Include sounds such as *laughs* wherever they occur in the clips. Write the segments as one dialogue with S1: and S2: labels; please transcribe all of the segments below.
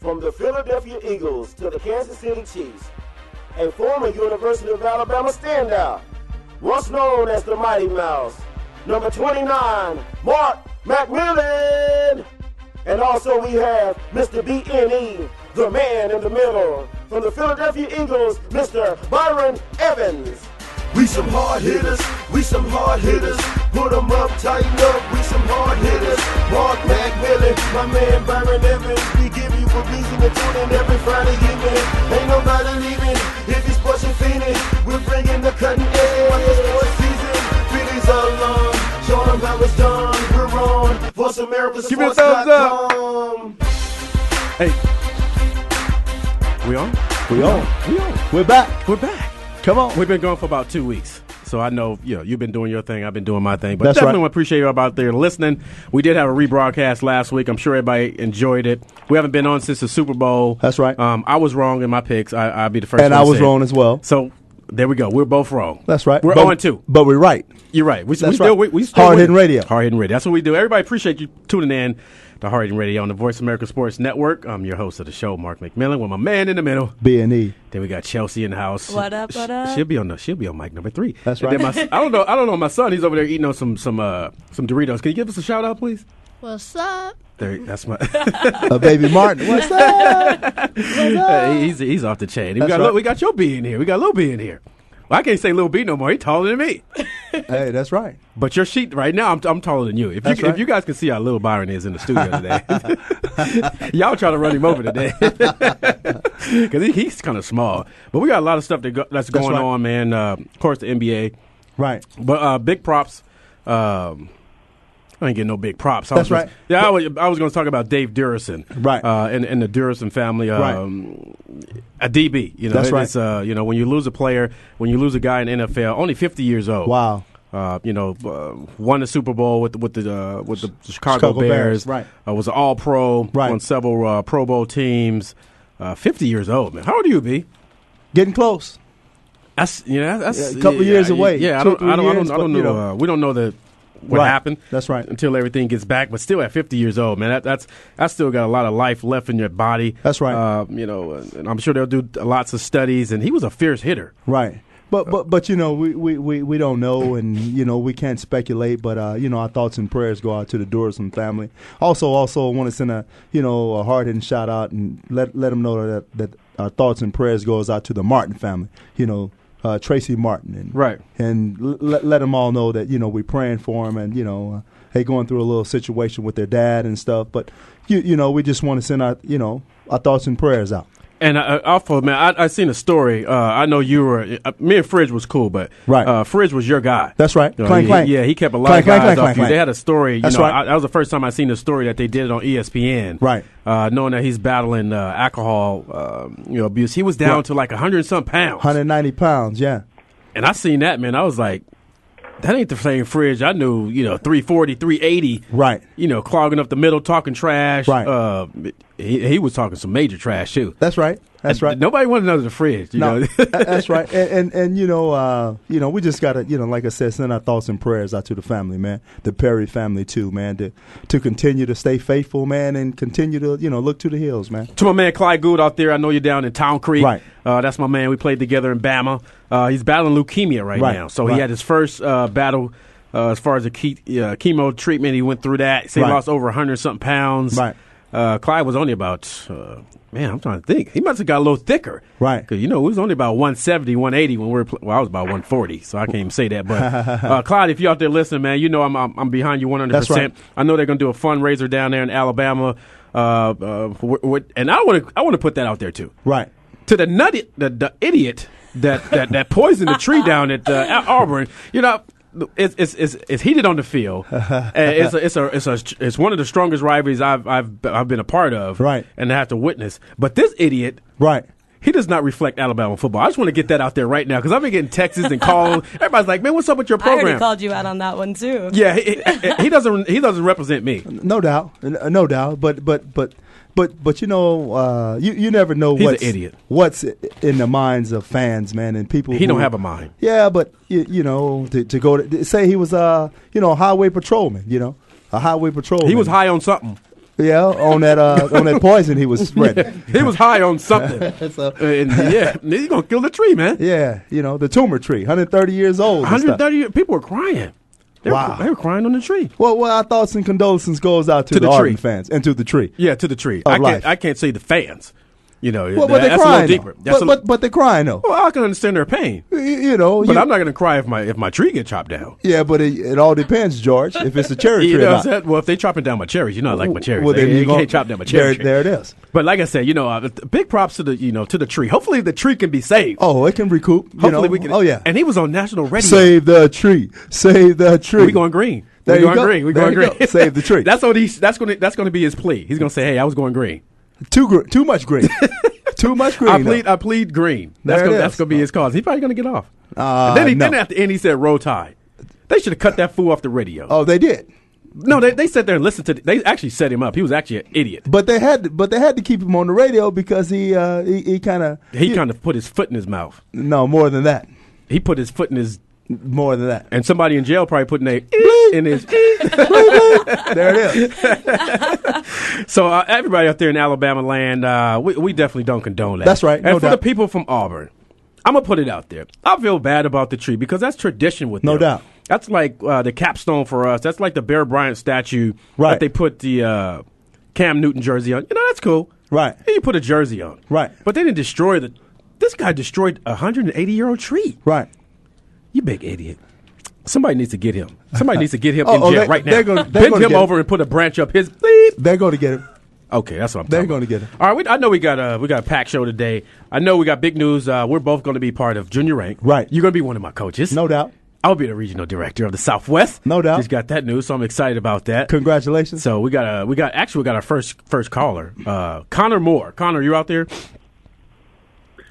S1: From the Philadelphia Eagles to the Kansas City Chiefs, a former University of Alabama standout, once known as the Mighty Mouse, number 29, Mark McMillan. And also we have Mr. BNE, E, the man in the middle. From the Philadelphia Eagles, Mr. Byron Evans.
S2: We some hard hitters, we some hard hitters. Put 'em up, tighten up, we some hard hitters. Mark McMillan, my man Byron Evans. We give you a reason to tune in every Friday evening. Ain't nobody leaving if it's pushing Phoenix. We're bringing the cutting edge. Watch the sports season, Phoenix all along. Show 'em how it's done. We're on Voice America
S3: Give me a thumbs up.
S2: Sports.com.
S3: Hey. We on?
S4: We on.
S3: We on.
S4: We're back.
S3: We're back.
S4: Come on.
S3: We've been gone for about two weeks. So I know, you know, you've been doing your thing. I've been doing my thing. But
S4: That's
S3: definitely
S4: right.
S3: want to appreciate you all out there listening. We did have a rebroadcast last week. I'm sure everybody enjoyed it. We haven't been on since the Super Bowl.
S4: That's right.
S3: Um, I was wrong in my picks. I, I'll be the first
S4: And
S3: one
S4: I
S3: to
S4: was
S3: say it.
S4: wrong as well.
S3: So there we go. We're both wrong.
S4: That's right.
S3: We're
S4: but,
S3: on two.
S4: But we're right.
S3: You're right. We, we
S4: That's
S3: still,
S4: right.
S3: we, we still
S4: Hard Hitting
S3: win.
S4: Radio.
S3: Hard Hitting Radio. That's what we do. Everybody, appreciate you tuning in to Hard Hitting Radio on the Voice America Sports Network. I'm your host of the show, Mark McMillan, with my man in the middle.
S4: B and E.
S3: Then we got Chelsea in the house.
S5: What up, what
S3: Sh-
S5: up?
S3: She'll be on the. She'll be on mic number three.
S4: That's
S3: And then
S4: right.
S3: my- I don't know. I don't know. My son, he's over there eating on some some uh, some Doritos. Can you give us a shout out, please?
S5: What's
S3: *laughs*
S5: up?
S3: There, that's my.
S4: A
S3: *laughs*
S4: baby Martin. What's up?
S3: he's he's off the chain. We
S4: That's
S3: got
S4: right.
S3: Lil- we got your B in here. We got Lil B in here. Well, I can't say Lil B no more. He's taller than me.
S4: hey, that's right.
S3: But your sheet right now, I'm, I'm taller than you. If you
S4: That's right.
S3: if you guys can see how little Byron is in the studio today, *laughs* y'all trying to run him over today *laughs* because he, he's kind of small. But we got a lot of stuff that go, that's, going
S4: right.
S3: on, man. Uh, of course, the NBA.
S4: Right.
S3: But uh, big props. Um, I ain't getting no big props. I was
S4: That's right.
S3: Just, yeah, I was, I was going to talk about Dave Durison,
S4: Right.
S3: Uh, and, and the Durison family, um, a DB. You know,
S4: That's
S3: it-
S4: right.
S3: It's, uh, you know, when you lose a player, when you lose a guy in the NFL, only fifty years old.
S4: Wow.
S3: Uh, you know, uh, won the Super Bowl with with the uh, with the Chicago,
S4: Chicago Bears,
S3: Bears.
S4: right.
S3: Uh, was an All Pro.
S4: Right.
S3: On several uh, Pro Bowl teams. Uh, fifty years old, man. How old are you, be?
S4: Getting close.
S3: That's you know that's
S4: Yeah, a couple years away.
S3: Yeah, I
S4: Two or
S3: don't,
S4: three
S3: I don't, I
S4: years,
S3: don't, I don't
S4: but,
S3: know.
S4: you know.
S3: Uh, we don't know the what
S4: Right.
S3: happened.
S4: That's right.
S3: Until everything gets back, but still at 50 years old, man, that, that's I still got a lot of life left in your body.
S4: That's right.
S3: Uh, you know, and I'm sure they'll do lots of studies. And he was a fierce hitter.
S4: Right. But but but you know we, we, we, we don't know and you know we can't speculate but uh, you know our thoughts and prayers go out to the Durison family. Also also want to send a you know a hard hitting shout out and let let them know that that our thoughts and prayers goes out to the Martin family. You know uh, Tracy Martin and
S3: Right.
S4: and l- let let them all know that you know we're praying for them and you know uh, they going through a little situation with their dad and stuff. But you you know we just want to send our you know our thoughts and prayers out.
S3: And uh, also, man, I, I seen a story. Uh, I know you were uh, me and Fridge was cool, but
S4: Right.
S3: uh, Fridge was your guy.
S4: That's right.
S3: You know,
S4: Clank,
S3: he-
S4: clank.
S3: Yeah, he kept a lot
S4: Clank,
S3: of guys
S4: clank, clank,
S3: off
S4: clank,
S3: you.
S4: clank.
S3: They had a story. You
S4: That's
S3: know,
S4: right.
S3: I, that was the first time I seen the story that they did it on E ESPN.
S4: Right.
S3: Uh, knowing that he's battling uh, alcohol, um, you know, abuse. He was down
S4: Right.
S3: to like hundred and some pounds.
S4: 190
S3: *laughs*
S4: pounds, yeah.
S3: And I seen that man. I was like, that ain't the same Fridge I knew. You know, 340, 380.
S4: Right.
S3: You know, clogging up the middle, talking trash.
S4: Right.
S3: Uh, he, he was talking some major trash too.
S4: That's right. That's right.
S3: Nobody wanted another Fridge. You
S4: No,
S3: know.
S4: tha-
S3: *laughs*
S4: that's right. And, and and you know, uh, you know, we just gotta, you know, like I said, send our thoughts and prayers out to the family, man, the Perry family too, man, to to continue to stay faithful, man, and continue to, you know, look to the hills, man.
S3: To my man Clyde Good out there, I know you're down in Town Creek.
S4: Right.
S3: Uh, that's my man. We played together in Bama. Uh, he's battling leukemia right,
S4: Right,
S3: now. So
S4: right.
S3: he had his first uh, battle uh, as far as the ke- uh, chemo treatment. He went through that. So he
S4: Right.
S3: lost over 100 something pounds.
S4: Right.
S3: Uh, Clyde was only about, uh, man, I'm trying to think. He must have got a little thicker.
S4: Right.
S3: Because, you know, he was only about 170, 180 when we were, pl- well, I was about 140, so I can't even say that.
S4: *laughs*
S3: But, uh, Clyde, if you're out there listening, man, you know I'm, I'm, I'm behind you 100%.
S4: That's right.
S3: I know they're going to do a fundraiser down there in Alabama, uh, uh, wh- wh- and I want to I want to put that out there too
S4: Right.
S3: to the nutty the, the idiot that that that poisoned the tree down at uh, Al- Auburn. You know. It's, it's it's it's heated on the
S4: *laughs*
S3: field. And it's a, it's a it's a it's one of the strongest rivalries I've I've I've been a part of.
S4: Right.
S3: and have to witness. But this idiot,
S4: Right.
S3: he does not reflect Alabama football. I just want to get that out there right now because I've been getting texts and
S4: *laughs*
S3: calls. Everybody's like, "Man, what's up with your
S5: I
S3: program?"
S5: already called you out on that one too.
S3: yeah, he, he- he doesn't. He doesn't represent me.
S4: No doubt, N- no doubt. But but but but but you know, uh, you you never know
S3: He's an
S4: what's
S3: idiot.
S4: what's i- in the minds of fans, man, and people.
S3: He don't
S4: who-
S3: have a mind.
S4: Yeah, but you, you know, to, to go to say he was uh you know a highway patrolman, you know. A highway patrolman.
S3: He was high on something.
S4: yeah, on that uh, on that poison he
S3: *laughs*
S4: was spreading.
S3: He was high on something.
S4: *laughs*
S3: Uh,
S4: So-
S3: and yeah, he's gonna kill the tree, man.
S4: yeah, you know the tumor tree, 130 years old. and stuff.
S3: 130 people were crying. They
S4: Wow.
S3: Were, they were crying on the tree.
S4: Well, well, our thoughts and condolences goes out
S3: To
S4: to, the,
S3: the tree.
S4: Auburn fans and to the tree.
S3: Yeah, to the tree.
S4: Of
S3: I
S4: life.
S3: can't. I can't say the fans. You know, that-
S4: Well, but they're
S3: that's
S4: crying.
S3: a little deeper.
S4: though.
S3: That's
S4: But,
S3: a,
S4: but but they're crying though.
S3: well, I can understand their pain,
S4: Y- You know,
S3: but
S4: you-
S3: I'm not gonna cry if my if my tree get chopped down.
S4: *laughs* Yeah, but it, it all depends, George. If it's a cherry
S3: *laughs* You
S4: tree,
S3: know
S4: or
S3: what I'm
S4: not.
S3: saying? Well, if they chopping down my cherries, you know I like my cherries.
S4: Well,
S3: they,
S4: then you
S3: they
S4: gon-
S3: can't chop down my cherry
S4: there-
S3: tree.
S4: there it is.
S3: But like I said, you know, uh, th- big props to the you know to the tree. Hopefully the tree can be saved.
S4: Oh, it can recoup. you
S3: Hopefully
S4: know.
S3: we can.
S4: Oh yeah,
S3: And he was on national radio.
S4: save the tree, save the tree.
S3: We going green.
S4: There
S3: we
S4: you
S3: going
S4: go.
S3: green. We
S4: There
S3: going
S4: you go.
S3: green.
S4: Save the
S3: *laughs*
S4: tree.
S3: that's what he's. That's gonna. That's gonna be his plea. He's gonna say, "Hey, I was going green.
S4: Too gr- too much
S3: *laughs*
S4: green. too much green.
S3: I plead. I plead green. That's
S4: There it
S3: gonna.
S4: is.
S3: That's gonna be his cause. He's probably gonna get off.
S4: Uh,
S3: And then he
S4: no.
S3: then at the end he said, "Roll tide." They should have cut that fool off the radio.
S4: oh, they did,
S3: No, they, they sat there and listened to. They actually set him up. He was actually an idiot.
S4: but they had to, but they had to keep him on the radio because he uh, he, he kind of
S3: He kind of put his foot in his mouth.
S4: no more than that,
S3: He put his foot in his.
S4: more than that.
S3: And somebody in jail probably
S4: *laughs*
S3: putting a in his.
S4: there it is.
S3: *laughs* So uh, everybody out there in Alabama land, uh, we, we definitely don't condone that.
S4: That's right,
S3: And
S4: no
S3: for
S4: doubt.
S3: the people from Auburn, I'm gonna put it out there. I feel bad about the tree because that's tradition with
S4: No
S3: them.
S4: doubt.
S3: That's like uh, the capstone for us. That's like the Bear Bryant statue
S4: Right.
S3: that they put the uh, Cam Newton jersey on. You know that's cool.
S4: Right.
S3: And you put a jersey on.
S4: Right.
S3: But they didn't destroy the. This guy destroyed a 180 year old tree.
S4: Right.
S3: You big idiot. Somebody needs to get him.
S4: *laughs*
S3: Somebody needs to get him
S4: Oh,
S3: in
S4: oh,
S3: jail
S4: they-
S3: right now.
S4: they're gonna- they're
S3: Bend
S4: gonna
S3: him
S4: get him.
S3: over and put a branch up his. Bleep.
S4: They're going to get him.
S3: Okay, that's what I'm.
S4: They're
S3: talking
S4: gonna
S3: about.
S4: get it.
S3: All right, we, I know we got a we got a packed show today. I know we got big news. Uh, we're both going to be part of junior rank.
S4: Right.
S3: you're going to be one of my coaches,
S4: No doubt.
S3: I'll be the regional director of the Southwest.
S4: No doubt.
S3: just got that news, so I'm excited about that.
S4: Congratulations.
S3: So we got a we got actually we got our first first caller, uh, Connor Moore. Connor, you out there?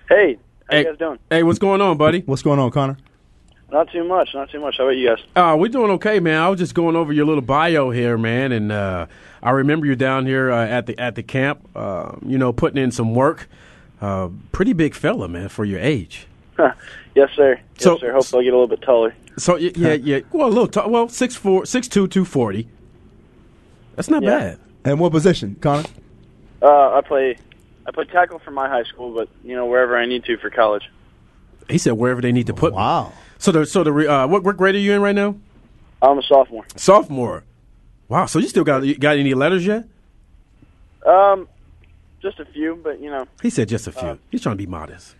S6: Hey, how
S3: hey,
S6: you guys doing?
S3: Hey, what's going on, buddy?
S4: What's going on, Connor?
S6: Not too much, not too much. How about you guys? *laughs*
S3: Uh, we're doing okay, man. I was just going over your little bio here, man, and uh, I remember you down here uh, at the at the camp. Uh, you know, putting in some work. Uh, pretty big fella, man, for your age.
S6: Yes, sir. Yes,
S3: So-
S6: sir. Hopefully, I get a little bit taller.
S3: So y- yeah, yeah. Well, a little. T- well, six four, six two, two forty. That's not
S6: Yeah.
S3: bad.
S4: And what position, Connor?
S6: Uh, I play, I play tackle for my high school, but you know wherever I need to for college.
S3: He said wherever they need to put. me. So the so the re- uh, what what grade are you in right now?
S6: I'm a sophomore.
S3: Sophomore. Wow. So you still got you got any letters yet?
S6: Um, just a few, but you know, *laughs*
S3: He said just a
S4: Uh,
S3: few. He's trying to be modest.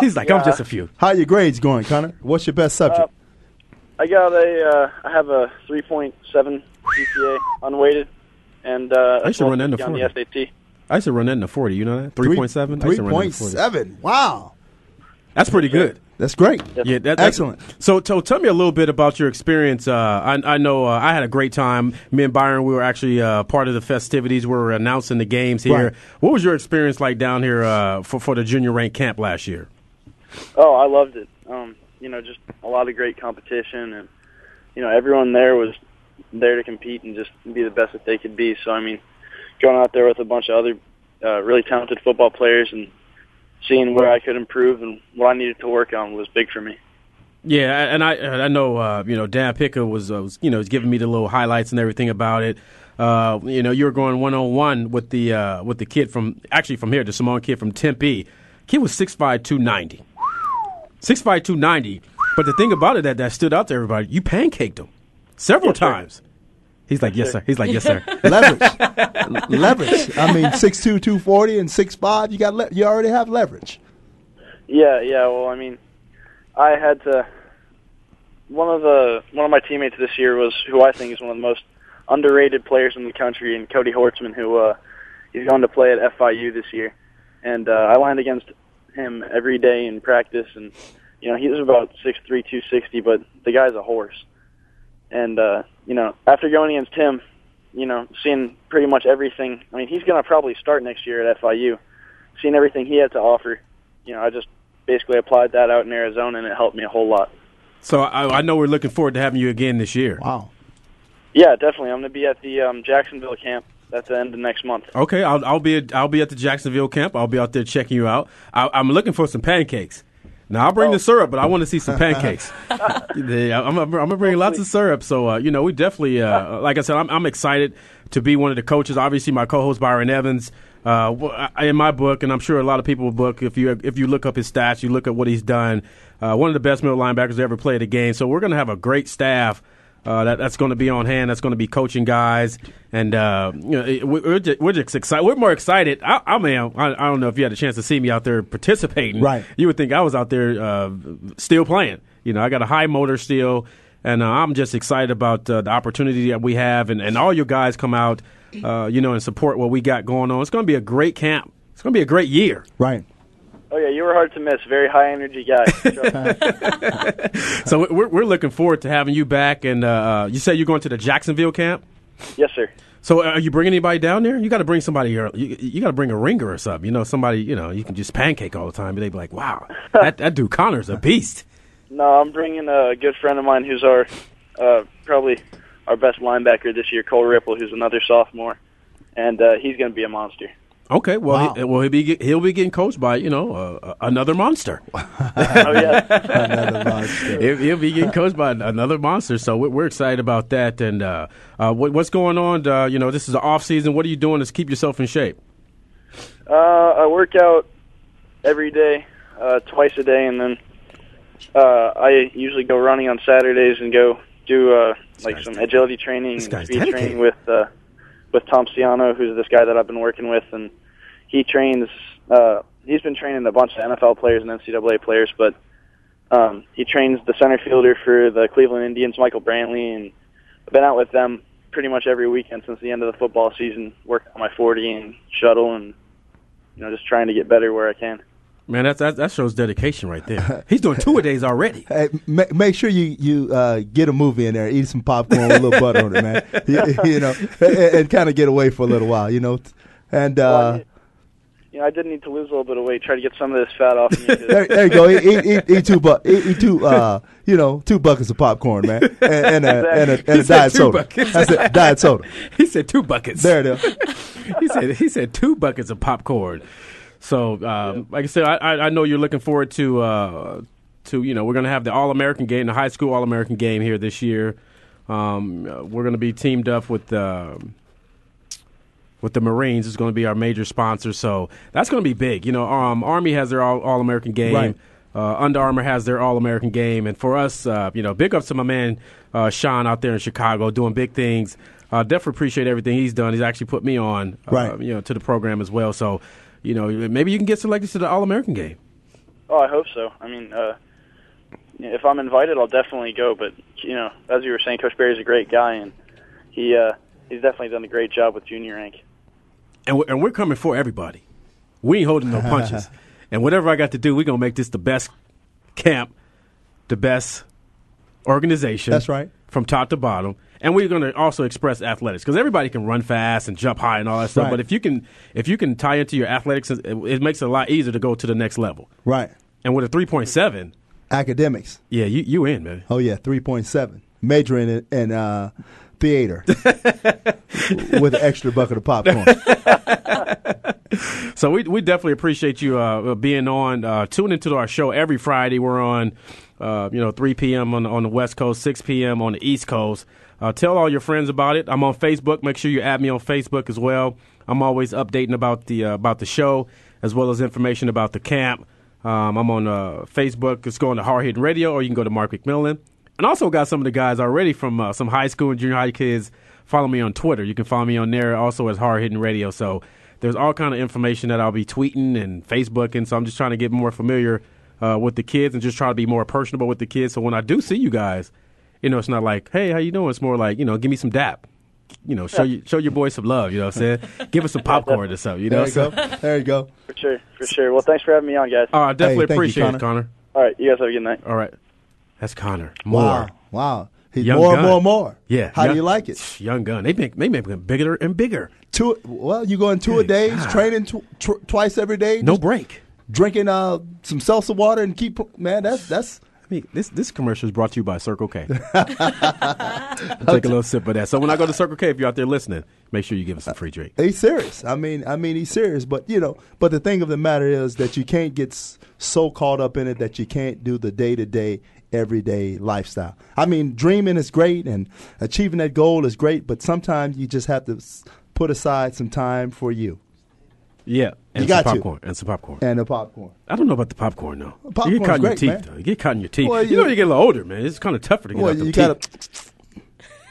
S3: He's like I'm just a few.
S4: How your grades going, Connor? What's your best subject?
S6: Uh, I got a, uh, I have a 3.7 GPA unweighted, and uh,
S3: I used to run
S6: a
S3: into
S6: 12.50 on
S3: 40.
S6: the SAT.
S3: I used to run that in the forty. You know that three point seven.
S4: Three point seven. Wow,
S3: That's pretty good.
S4: that's great.
S3: Yeah, that, that's-
S4: excellent.
S3: So, so tell me a little bit about your experience. Uh, I, I know uh, I had a great time. Me and Byron, we were actually uh, part of the festivities. We were announcing the games here.
S4: Right.
S3: What was your experience like down here uh, for for the junior rank camp last year?
S6: Oh, I loved it. Um, you know, just a lot of great competition, and you know, everyone there was there to compete and just be the best that they could be. So, I mean, going out there with a bunch of other uh, really talented football players and seeing where I could improve and what I needed to work on was big for me.
S3: Yeah, a- and I and I know uh, you know Dan Picker was, uh, was you know was giving me the little highlights and everything about it. Uh, you know you were going one on one with the uh, with the kid from actually from here the Samoan kid from Tempe. Kid was six five two ninety. Six five two ninety. But the thing about it that that stood out to everybody, you pancaked him several times. He's like yes sir. He's like yes sir.
S4: *laughs* leverage, leverage. *laughs* I mean, six two, two forty, and six five. You got le- you already have leverage.
S6: Yeah, yeah. Well, I mean, I had to. One of the one of my teammates this year was who I think is one of the most underrated players in the country, and Cody Hortzman, who uh, he's going to play at FIU this year. And uh, I lined against him every day in practice, and you know he was about six three two sixty, but the guy's a horse. And uh, you know, after going against him, you know, seeing pretty much everything. I mean, he's going to probably start next year at FIU. Seeing everything he had to offer, you know, I just basically applied that out in Arizona, and it helped me a whole lot.
S3: *laughs* So I, I know we're looking forward to having you again this year.
S4: Wow.
S6: Yeah, definitely. I'm going to be at the um, Jacksonville camp at the end of next month.
S3: Okay, I'll, I'll be at, I'll be at the Jacksonville camp. I'll be out there checking you out. I, I'm looking for some pancakes. Now I'll bring the syrup, but I want to see some pancakes. They- I'm, I'm gonna bring lots of syrup. So uh, you know, we definitely, uh, like I said, I'm, I'm excited to be one of the coaches. Obviously, my co-host Byron Evans. Uh, wh- I- in my book, and I'm sure a lot of people will book. If you if you look up his stats, you look at what he's done. Uh, one of the best middle linebackers to ever play the game. So we're going to have a great staff uh, that, that's going to be on hand. That's going to be coaching guys, and uh, you know, it- we- we're just, we're just excited. We're more excited. I, I mean, I, I don't know if you had a chance to see me out there participating.
S4: Right.
S3: You would think I was out there uh, still playing. You know, I got a high motor still, and uh, I'm just excited about uh, the opportunity that we have, and, and all you guys come out, uh, you know, and support what we got going on. It's going to be a great camp. It's going to be a great year.
S4: Right.
S6: Oh yeah, you were hard to miss. Very high energy guy. Trust me.
S3: So we're, we're looking forward to having you back. And uh, you say you're going to the Jacksonville camp.
S6: yes, sir.
S3: So uh, are you bringing anybody down there? You got to bring somebody. Or, you you got to bring a ringer or something. You know, somebody. You know, you can just pancake all the time. But they'd be
S6: *laughs*
S3: like, "Wow, that, that dude Connor's a beast."
S6: No, I'm bringing a good friend of mine who's our uh, probably our best linebacker this year, Cole Ripple, who's another sophomore, and uh, he's going to be a monster.
S3: Okay, well,
S4: Wow.
S3: he, well, he'll be get- he'll be getting coached by you know uh, another
S4: *laughs*
S3: monster.
S6: Oh
S3: *laughs*
S6: yeah,
S4: Another monster.
S3: he'll, he'll be getting coached by another monster. So we're, we're excited about that. And uh, uh, what, what's going on? Uh, you know, this is the off season. What are you doing to keep yourself in shape?
S6: uh, I work out every day, uh, twice a day, and then uh, I usually go running on Saturdays and go do uh, like
S3: guy's
S6: some
S3: dedicated.
S6: agility training, and
S3: guy's
S6: speed
S3: dedicated.
S6: training with uh, with Tom Ciano, who's this guy that I've been working with, and he trains. Uh, he's been training a bunch of NFL players and NCAA players, but um, he trains the center fielder for the Cleveland Indians, Michael Brantley, and I've been out with them pretty much every weekend since the end of the football season, working on my 40 and shuttle, and you know just trying to get better where I can.
S3: Man, that's, that that shows dedication right there. He's doing two a days already.
S4: Hey, ma- make sure you you uh, get a movie in there, eat some popcorn with a little butter on it, man. *laughs* You, you know, and, kind of get away for a little while, you know. And
S6: Well, I
S4: uh,
S6: did- you know, I did need to lose a little bit of weight, try to get some of this fat off me. 'cause
S4: *laughs* there, there you go. Eat, eat, eat, eat two, bu- eat, eat two, uh, you know, two buckets of popcorn, man, and, and a and a, and
S3: He
S4: a
S3: said
S4: diet
S3: two
S4: soda.
S3: buckets.
S4: That's it, diet soda.
S3: He said two buckets.
S4: There it is.
S3: *laughs* he said he said two buckets of popcorn. So, um, like I said, I, I, I know you're looking forward to uh, to you know we're going to have the All American game, the high school All American game here this year. Um, uh, we're going to be teamed up with uh, with the Marines. It's going to be our major sponsor, so that's going to be big. You know, um, Army has their All American game.
S4: Right.
S3: Uh, Under Armour has their All American game, and for us, uh, you know, big ups to my man uh, Sean out there in Chicago doing big things. Uh, definitely appreciate everything he's done. He's actually put me on, uh,
S4: Right.
S3: you know, to the program as well. So, you know, maybe you can get selected to the All American game.
S6: Oh, I hope so. I mean, uh, if I'm invited, I'll definitely go. But you know, as you were saying, Coach Barry's a great guy, and he uh, he's definitely done a great job with junior rank.
S3: and we're, and we're coming for everybody. We ain't holding
S4: *laughs*
S3: no punches. and whatever I got to do, we're gonna make this the best camp, the best organization.
S4: That's right.
S3: From top to bottom, and we're gonna also express athletics because everybody can run fast and jump high and all that stuff.
S4: Right.
S3: But if you can, if you can tie into your athletics, it, it makes it a lot easier to go to the next level.
S4: Right,
S3: And with a three point seven,
S4: academics.
S3: yeah, you you in man.
S4: Oh yeah, three point seven. Major in it and uh,
S3: *laughs*
S4: theater with an extra bucket of popcorn.
S3: So we we definitely appreciate you uh, being on. Uh, tune into our show every Friday. We're on, uh, you know, 3 p.m. on on the West Coast, 6 p.m. on the East Coast. Uh, tell all your friends about it. I'm on Facebook. Make sure you add me on Facebook as well. I'm always updating about the uh, about the show as well as information about the camp. Um, I'm on uh, Facebook. It's going to Hard Hitting Radio, or you can go to Mark McMillan. And also got some of the guys already from uh, some high school and junior high kids. Follow me on Twitter. You can follow me on there also as Hard Hitting Radio. So there's all kind of information that I'll be tweeting and Facebooking. So I'm just trying to get more familiar uh, with the kids and just try to be more personable with the kids. So when I do see you guys, you know, it's not like, hey, how you doing? It's more like, you know, give me some dap. you know, show you, show your boy some love. You know what I'm saying? *laughs* Give us some popcorn or something. You know,
S4: there you
S3: so,
S4: go. *laughs* There you go.
S6: For sure, for sure. Well, thanks for having me on, guys.
S3: all right, definitely
S4: Hey, thank you,
S3: appreciate
S4: Connor.
S3: it, Connor.
S6: All right, you guys have a good night.
S3: All right, that's Connor. More,
S4: Wow. Wow. He's
S3: Young
S4: more,
S3: gun.
S4: more, more.
S3: yeah.
S4: How
S3: Young-
S4: do you like it?
S3: Young Gun. They make they make them bigger and bigger.
S4: Two. Well, you going two a
S3: Good
S4: days,
S3: God.
S4: training tw- tw- twice every day.
S3: No
S4: just
S3: break.
S4: drinking uh, some salsa water and keep man. That's that's
S3: I mean, this this commercial is brought to you by Circle
S4: *laughs*
S3: K. Take a little sip of that. So when I go to Circle K, if you're out there listening, make sure you give us a free drink.
S4: he's serious. I mean, I mean he's serious. But you know, but the thing of the matter is that you can't get s- so caught up in it that you can't do the day to day, everyday lifestyle. I mean, dreaming is great and achieving that goal is great, but sometimes you just have to s- put aside some time for you
S3: Yeah, and
S4: You got
S3: some
S4: to.
S3: popcorn and some popcorn.
S4: and the popcorn.
S3: I don't know about the popcorn though. you
S4: popcorn's
S3: get caught in your
S4: great,
S3: teeth
S4: man.
S3: though. You get caught in your teeth.
S4: Well,
S3: you,
S4: you-
S3: know, you get a little older, man. It's kind of tougher to get
S4: Well,
S3: out them
S4: you
S3: teeth.
S4: gotta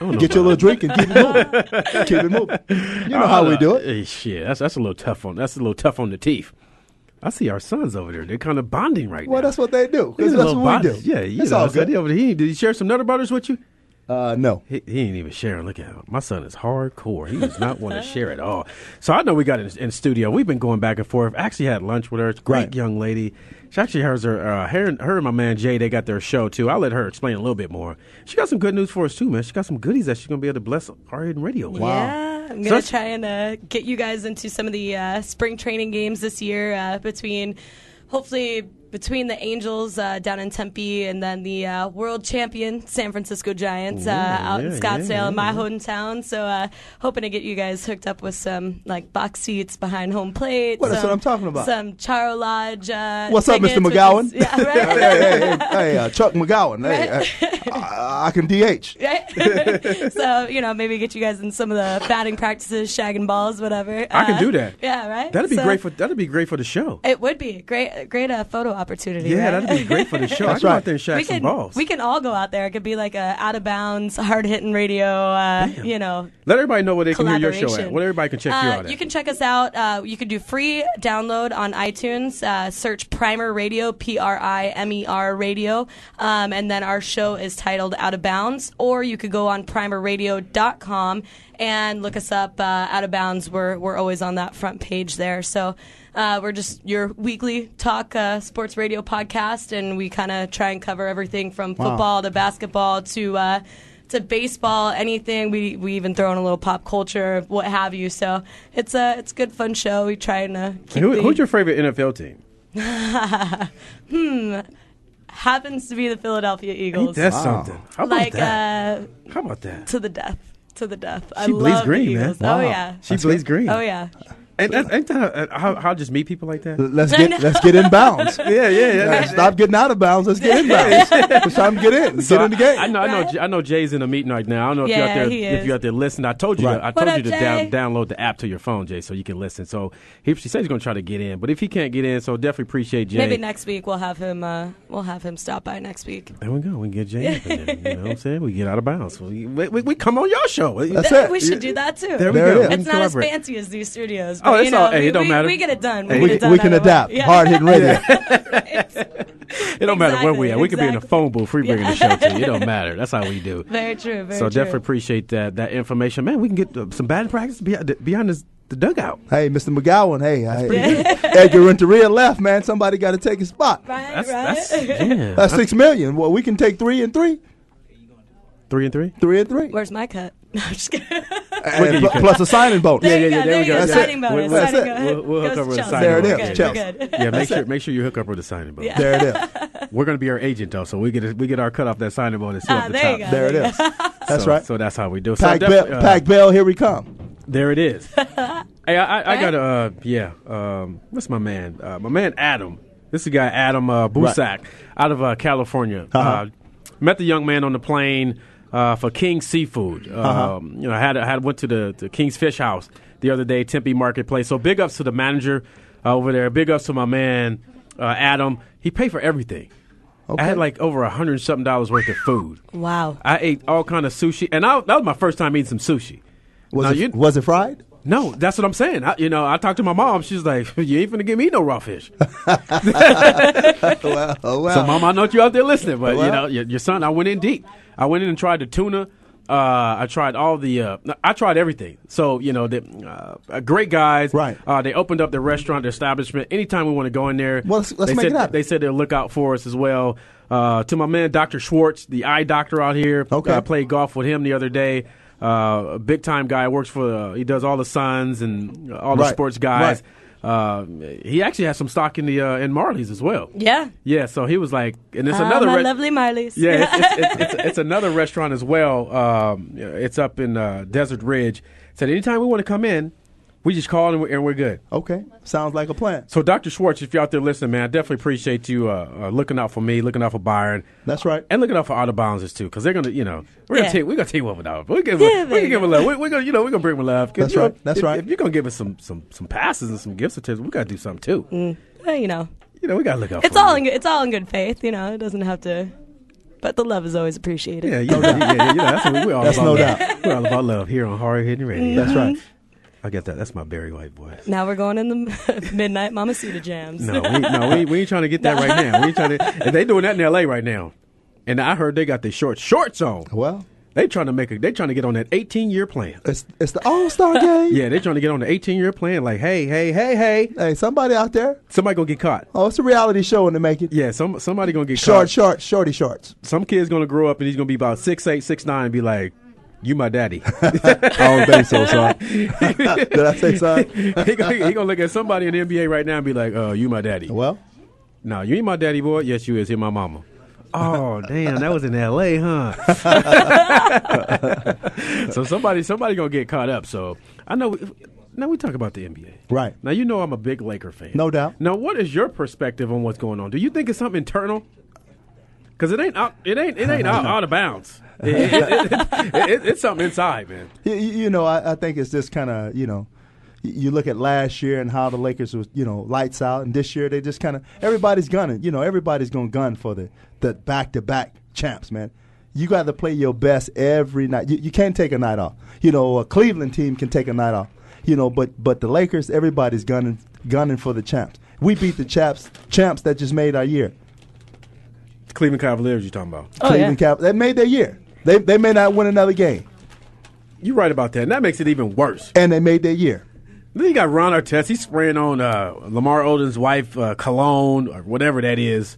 S3: I don't know
S4: get your
S3: about
S4: little drink and keep it
S3: *laughs*
S4: moving. keep it moving. You know how we do it.
S3: Eh, shit, that's that's a little tough on that's a little tough on the teeth. I see our sons over there. They're kind of bonding right
S4: *laughs* Well,
S3: now.
S4: that's what they do. 'cause
S3: These are
S4: that's
S3: little
S4: what we do.
S3: bonding. Yeah, you
S4: It's
S3: know,
S4: all
S3: I said,
S4: good.
S3: yeah, but he- did he share some Nutter Butters with you?
S4: Uh, no.
S3: He, he ain't even sharing. Look at him. My son is hardcore. He does not want to share at all. So I know we got in, in studio. We've been going back and forth. Actually had lunch with her. Great
S4: Right.
S3: young lady. She actually has her, uh, her, and- her and my man Jay, they got their show too. I'll let her explain a little bit more. She got some good news for us too, man. She got some goodies that she's going to be able to bless our hidden radio with.
S5: Yeah, I'm
S3: So
S5: gonna
S3: that's-
S5: try and uh, get you guys into some of the uh, spring training games this year uh, between, hopefully, between the Angels uh, down in Tempe and then the uh, world champion San Francisco Giants uh, out in
S3: yeah,
S5: Scottsdale,
S3: yeah,
S5: in my hometown. So uh, hoping to get you guys hooked up with some like box seats behind home plate.
S4: Well, that's
S5: some-
S4: what I'm talking about.
S5: Some Charo Lodge. Uh,
S4: What's up, Mr.
S5: tickets, which
S4: McGowan?
S5: is- *laughs* yeah, right.
S4: *laughs* hey, hey, hey, hey, uh, Chuck McGowan. Hey, uh, I, I
S5: *laughs*
S4: can DH.
S5: right? so you know, maybe get you guys in some of the batting practices, shagging balls, whatever. Uh,
S3: I can do that.
S5: Yeah, right.
S3: That'd be
S5: So-
S3: great for that'd be great for the show.
S5: It would be great, great uh, photo opportunity.
S3: Yeah,
S5: right?
S3: that'd be great
S5: *laughs*
S3: for the show. I
S4: That's
S3: can go out
S4: right.
S3: there and shack
S5: we
S3: some
S5: can
S3: balls.
S5: we can all go out there. It could be like a out of bounds, hard hitting radio. Uh, you know,
S3: Let everybody know where they can hear your show at.
S5: collaboration.
S3: Where everybody can check you
S5: Uh,
S3: out at.
S5: You can check us out. Uh, you can do free download on iTunes. Uh, search Primer Radio, P R I M E R Radio, um, and then our show is titled Out of Bounds. Or you could go on primerradio.com and look us up. Uh, Out of Bounds, we're we're always on that front page there. So. Uh, we're just your weekly talk uh, sports radio podcast, and we kind of try and cover everything from football to basketball to uh, to baseball, anything. We we even throw in a little pop culture, what have you. So it's a it's a good fun show. We try and uh, keep
S3: Who,
S5: the-
S3: who's your favorite NFL team?
S5: Hmm. happens to be the Philadelphia Eagles.
S3: That's something. How about
S5: like
S3: that?
S5: uh,
S3: How about that?
S5: to the death, to the death. I
S3: She bleeds
S5: love the
S3: green, man.
S5: Eagles.
S3: Wow.
S5: Oh yeah,
S3: She bleeds green.
S5: oh yeah.
S3: And that, ain't that how, how just meet people like that?
S4: Let's
S5: I *laughs*
S4: get
S5: know.
S4: let's get in
S3: *laughs*
S4: bounds.
S3: Yeah, yeah, yeah.
S4: Uh, Stop getting out of bounds. Let's get in bounds. It's time to get in.
S3: So
S4: get in the game.
S3: I, I know, I know, J- I know. Jay's in a meeting right now. I don't know if you're
S5: Yeah,
S3: out there,
S5: he
S3: if
S5: is.
S3: you're out there listening. I told you,
S4: Right.
S3: to, I
S5: What
S3: told
S5: up,
S3: you to down,
S5: Jay?
S3: download the app to your phone, Jay, so you can listen. So he, she said he's going to try to get in, but if he can't get in, so definitely appreciate Jay.
S5: Maybe next week we'll have him. Uh, we'll have him stop by next week.
S3: There we go. We get Jay
S5: *laughs*
S3: up in there. You know what I'm saying? We get out of bounds. We, we, we come on your show.
S4: That's it.
S5: We should do that too.
S3: There we
S4: There
S3: go.
S4: it is.
S3: We
S5: It's
S3: can
S5: not as
S3: collaborate.
S5: fancy as these studios.
S3: *laughs* Oh,
S5: but,
S3: it's
S5: you know,
S3: all- hey,
S5: we,
S3: it don't
S5: we-
S3: matter.
S5: We get it done.
S3: Hey,
S5: get
S4: we,
S5: it
S4: can-
S5: done
S4: we can
S5: either way.
S4: adapt.
S5: Yeah.
S4: Hard hitting radio.
S5: *laughs*
S3: It don't matter where we
S5: Exactly,
S3: at. We could be in a
S5: exactly.
S3: phone booth. We bringing the show to you. It don't matter. That's how we do.
S5: Very true. Very
S3: so
S5: true.
S3: definitely appreciate that that information, man. We can get uh, some bad practice beyond, beyond this, the dugout.
S4: Hey, Mr. McGowan. Hey, hey. Edgar Renteria left, man. Somebody got to take his spot.
S5: Right,
S3: That's
S5: right.
S3: that's
S5: *laughs*
S3: yeah.
S4: That's six million. Well, we can take three and three,
S3: three and three.
S4: three and three,
S5: Where's my cut? No, I'm just kidding.
S4: and
S3: you
S4: pl-
S3: could.
S4: plus a signing bonus.
S5: There you
S3: yeah,
S5: go.
S3: there we go.
S5: you
S3: That's it.
S5: Signing bonus.
S3: We'll-
S5: signing
S4: we'll-
S5: bonus.
S3: We'll, we'll hook
S5: Goes
S3: up
S5: to
S3: with a
S5: Chelsea.
S3: sign.
S4: There it
S3: bonus.
S4: is,
S3: Yeah,
S4: Chelsea.
S3: yeah. Yeah, make sure make sure you hook up with a signing bonus.
S4: There it is.
S3: *laughs* We're gonna be our agent though, so we get a, we get our cut off that signing bonus too
S5: Ah,
S3: off the
S5: there you
S3: top.
S5: go.
S4: There it is. That's
S3: So-
S4: right.
S3: So that's how we do. it. So
S4: Pac Bell,
S3: definitely, uh,
S4: Pac Bell, here we come.
S3: There it is. hey, I, I, I got a uh, yeah. Um, what's my man? Uh, my man Adam. This is a guy Adam uh, Busak out of uh, California. uh met the young man on the plane uh, for King Seafood. Um, You know, had had went to the, the King's Fish House the other day, Tempe Marketplace. So big ups to the manager uh, over there. Big ups to my man uh, Adam. He paid for everything. I had like over a hundred and something dollars worth of food.
S5: Wow.
S3: I ate all kind of sushi, and I, that was my first time eating some sushi.
S4: Was
S3: Now,
S4: it
S3: you-
S4: was it fried?
S3: no, that's what I'm saying. I, you know, I talked to my mom. She's like, *laughs* "You ain't finna give me no raw
S4: *laughs*
S3: fish." *laughs*
S4: Well, oh, well.
S3: So, mom, I know you out there listening, but you
S4: Well-
S3: know, your, your son. I went in deep. I went in and tried the tuna. Uh, I tried all the. Uh, I tried everything. So you know, the, uh, great guys.
S4: Right.
S3: Uh, they opened up their restaurant, their establishment. Anytime we want to go in there,
S4: Well, let's- let's
S3: they
S4: make
S3: said,
S4: it happen.
S3: They said they'll look out for us as well. Uh, to my man, Doctor Schwartz, the eye doctor out here.
S4: Okay.
S3: I played golf with him the other day. Uh, a big time guy works for. Uh, he does all the Suns and all the
S4: Right.
S3: sports guys. Uh, he actually has some stock in the uh, in Marley's as well.
S5: Yeah.
S3: Yeah, so he was like, and it's
S5: Ah,
S3: another
S5: my
S3: re-
S5: lovely Miley's.
S3: Yeah, it's, it's,
S5: *laughs*
S3: it's, it's, it's another restaurant as well. Um, it's up in uh, Desert Ridge. Said anytime we want to come in, we just call and we're, and we're good.
S4: Okay, sounds like a plan.
S3: So Dr. Schwartz, if you're out there listening, man, I definitely appreciate you uh, uh, looking out for me, looking out for Byron.
S4: That's right.
S3: And looking out for out of bounds too, because they're gonna, you know, we're gonna
S5: Yeah.
S3: take, we're gonna take one without, we're gonna, yeah,
S5: Yeah,
S3: we're gonna
S5: baby.
S3: give them love, we're, we're gonna, you know, we're gonna bring them love. 'Cause,
S4: That's
S3: you know,
S4: right. That's
S3: if-
S4: right.
S3: If you're gonna give us some some some passes and some gift certificates, we gotta do something too.
S5: Eh, you know,
S3: You know, we gotta look out.
S5: it's
S3: for
S5: all
S3: them.
S5: in good, it's all in good faith. You know, it doesn't have to. But the love is always appreciated.
S3: Yeah, you know, yeah, yeah, you know, that's what we- we're all
S4: That's
S3: about.
S4: no
S3: love. We're all about love here on Hard Hitting Radio. Mm-hmm.
S4: That's right.
S3: I got that. That's my Barry White voice.
S5: Now we're going in the *laughs* midnight mamacita jams.
S3: *laughs* No, we, no,
S5: *laughs*
S3: we, we ain't trying to get that right now. We ain't trying to. And they doing that in L.A. right now. And I heard they got their short shorts on.
S4: Well,
S3: They trying to make a. They trying to get on that 18 year plan.
S4: it's it's the All Star
S3: *laughs*
S4: game.
S3: Yeah, they trying to get on the 18 year plan. Like, hey, hey, hey, hey,
S4: Hey, somebody out there.
S3: somebody gonna get caught.
S4: Oh, it's a reality show when they make it.
S3: Yeah, some somebody gonna get
S4: Short,
S3: caught.
S4: short, shorty shorts.
S3: Some kid's gonna grow up and he's gonna be about six eight, six nine, and be like, "You my daddy."
S4: *laughs* I don't think
S3: *laughs*
S4: so, son. Did I say son?
S3: he, gonna, he gonna look at somebody in the NBA right now and be like, "Uh, you my daddy."
S4: Well,
S3: No, you ain't my daddy boy. Yes, you is. Here, my mama. Oh damn, that was in L.A., huh? so somebody, somebody gonna get caught up. So I know. Now we talk about the NBA,
S4: Right.
S3: Now you know I'm a big Laker fan,
S4: No doubt.
S3: Now, what is your perspective on what's going on? Do you think it's something internal? Because it ain't out, it ain't it ain't out, out of
S4: *laughs*
S3: bounds. It- it- it- it- it- it's something inside, man.
S4: you, you know, I, I think it's just kind of you know, y- you look at last year and how the Lakers was you know lights out, and this year they just kind of everybody's gunning. You know, everybody's gonna gun for the the back to back champs, man. You got to play your best every night. You, you can't take a night off. You know, a Cleveland team can take a night off. You know, but but the Lakers, everybody's gunning gunning for the champs. We beat the champs champs that just made our year.
S3: Cleveland Cavaliers, you talking about?
S4: Cleveland Cap, they made their year. They they may not win another game,
S3: You're right about that, and that makes it even worse.
S4: and they made their year.
S3: Then you got Ron Artest. He's spraying on uh, Lamar Odin's wife, uh, cologne or whatever that is,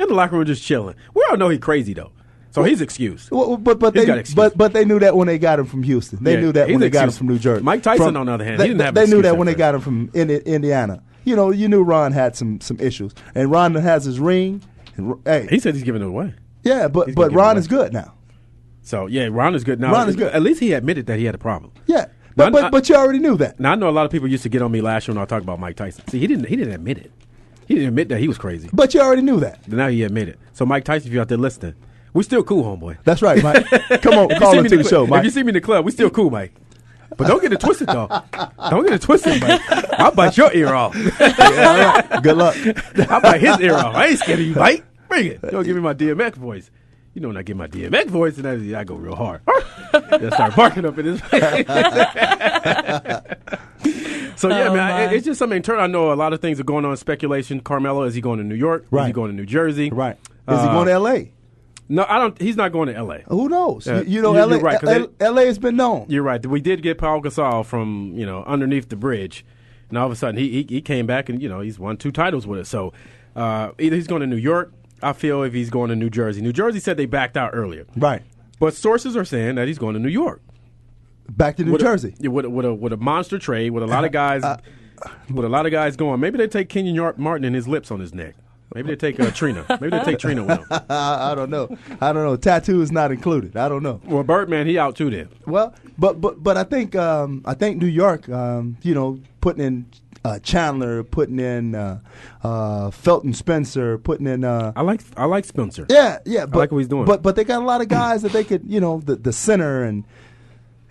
S3: in the locker room just chilling. We all know he's crazy though, so he's excused.
S4: Well, well, but but
S3: He's
S4: they
S3: got excuse.
S4: but but they knew that when they got him from Houston. They
S3: Yeah,
S4: knew that
S3: he's
S4: when they got him
S3: excuse-
S4: from New Jersey.
S3: Mike Tyson,
S4: From-
S3: on the other hand,
S4: they,
S3: he didn't have an
S4: They knew
S3: excuse
S4: that
S3: at
S4: when they
S3: first.
S4: got him from in, Indiana. You know, you knew Ron had some some issues, and Ron has his ring. And, Ro- hey,
S3: He said he's giving it away.
S4: yeah, but
S3: he's gonna
S4: but
S3: give it
S4: Ron
S3: away.
S4: is good now.
S3: So yeah, Ron is good now.
S4: Ron is good.
S3: At least he admitted that he had a problem.
S4: Yeah,
S3: Now,
S4: but
S3: I-
S4: but, but you already knew that.
S3: Now I know a lot of people used to get on me last year when I talked about Mike Tyson. See, he didn't. He didn't admit it. He didn't admit that he was crazy.
S4: But you already knew that.
S3: But now he admitted. So Mike Tyson, if you're out there listening, we still cool, homeboy.
S4: That's right,
S3: *laughs*
S4: Mike. Come
S3: If
S4: on,
S3: you see
S4: call
S3: me
S4: into the
S3: cl-
S4: show,
S3: If
S4: Mike.
S3: you see me in the club, we still cool, Mike. But don't get it twisted though. Don't get it twisted, *laughs* Mike. I'll bite your ear off.
S4: Good luck.
S3: I'll bite his ear off. I ain't scared of you, Mike. Bring it. Don't give me my DMX voice. You know when I get my DMX voice, and I, I go real hard. I start barking up in his face. *laughs* so yeah,
S5: Oh,
S3: man, I,
S5: my.
S3: it's just something internal. I know a lot of things are going on. Speculation. Carmelo is he going to New York? Is he
S4: Right.
S3: going to New Jersey? Uh,
S4: Right? Is he going to L.A.?
S3: No, I don't. He's not going to L.A.
S4: Who knows?
S3: Yeah,
S4: you, you know,
S3: you-
S4: L.A.
S3: you're right, 'cause
S4: L- L.A. has been known.
S3: You're right. We did get Paul Gasol from you know underneath the bridge, and all of a sudden he he, he came back and you know he's won two titles with us. So uh, either he's going to New York. I feel if he's going to New Jersey. New Jersey said they backed out earlier,
S4: Right.
S3: but sources are saying that he's going to New York.
S4: Back to New
S3: With a-
S4: Jersey.
S3: yeah, with, a, with a with a monster trade with a
S4: *laughs*
S3: lot of guys with a lot of guys going. Maybe they take Kenyon Yar- Martin and his lips on his neck. Maybe they take uh, Trina. Maybe they take Trina with him.
S4: *laughs* I, I don't know. I don't know. Tattoo is not included. I don't know.
S3: *laughs* Well, Birdman he out too then.
S4: Well, but but but I think um, I think New York, um, you know, putting in uh, Chandler, putting in uh, uh, Felton Spencer, putting in uh,
S3: I like I like Spencer.
S4: yeah yeah. But,
S3: like what he's doing.
S4: But but they got a lot of guys that they could you know the the center and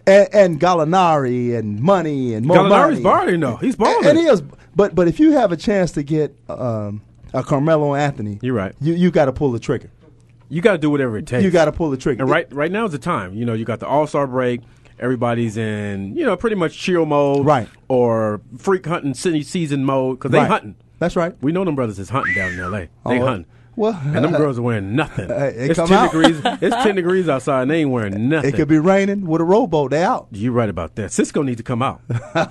S4: and, and Gallinari and money and more
S3: Gallinari's
S4: money.
S3: balling though. He's balling.
S4: And, and he is. But but if you have a chance to get um, a Carmelo Anthony,
S3: You're right.
S4: You you got to pull the trigger.
S3: You got to do whatever it takes.
S4: You got to pull the trigger.
S3: And right right now is the time. You know, you got the All Star break. Everybody's in, you know, pretty much chill mode,
S4: Right.
S3: Or freak hunting city season mode because they
S4: Right.
S3: hunting.
S4: That's right.
S3: We know them brothers is hunting down in L.A. They
S4: Oh,
S3: hunting.
S4: Well,
S3: And
S4: *laughs*
S3: them girls are wearing nothing.
S4: Hey, it
S3: it's
S4: come
S3: ten
S4: out.
S3: degrees. It's
S4: *laughs*
S3: ten degrees outside, and they ain't wearing nothing.
S4: it could be raining with a rowboat. They out.
S3: You right about that. Cisco need to come out.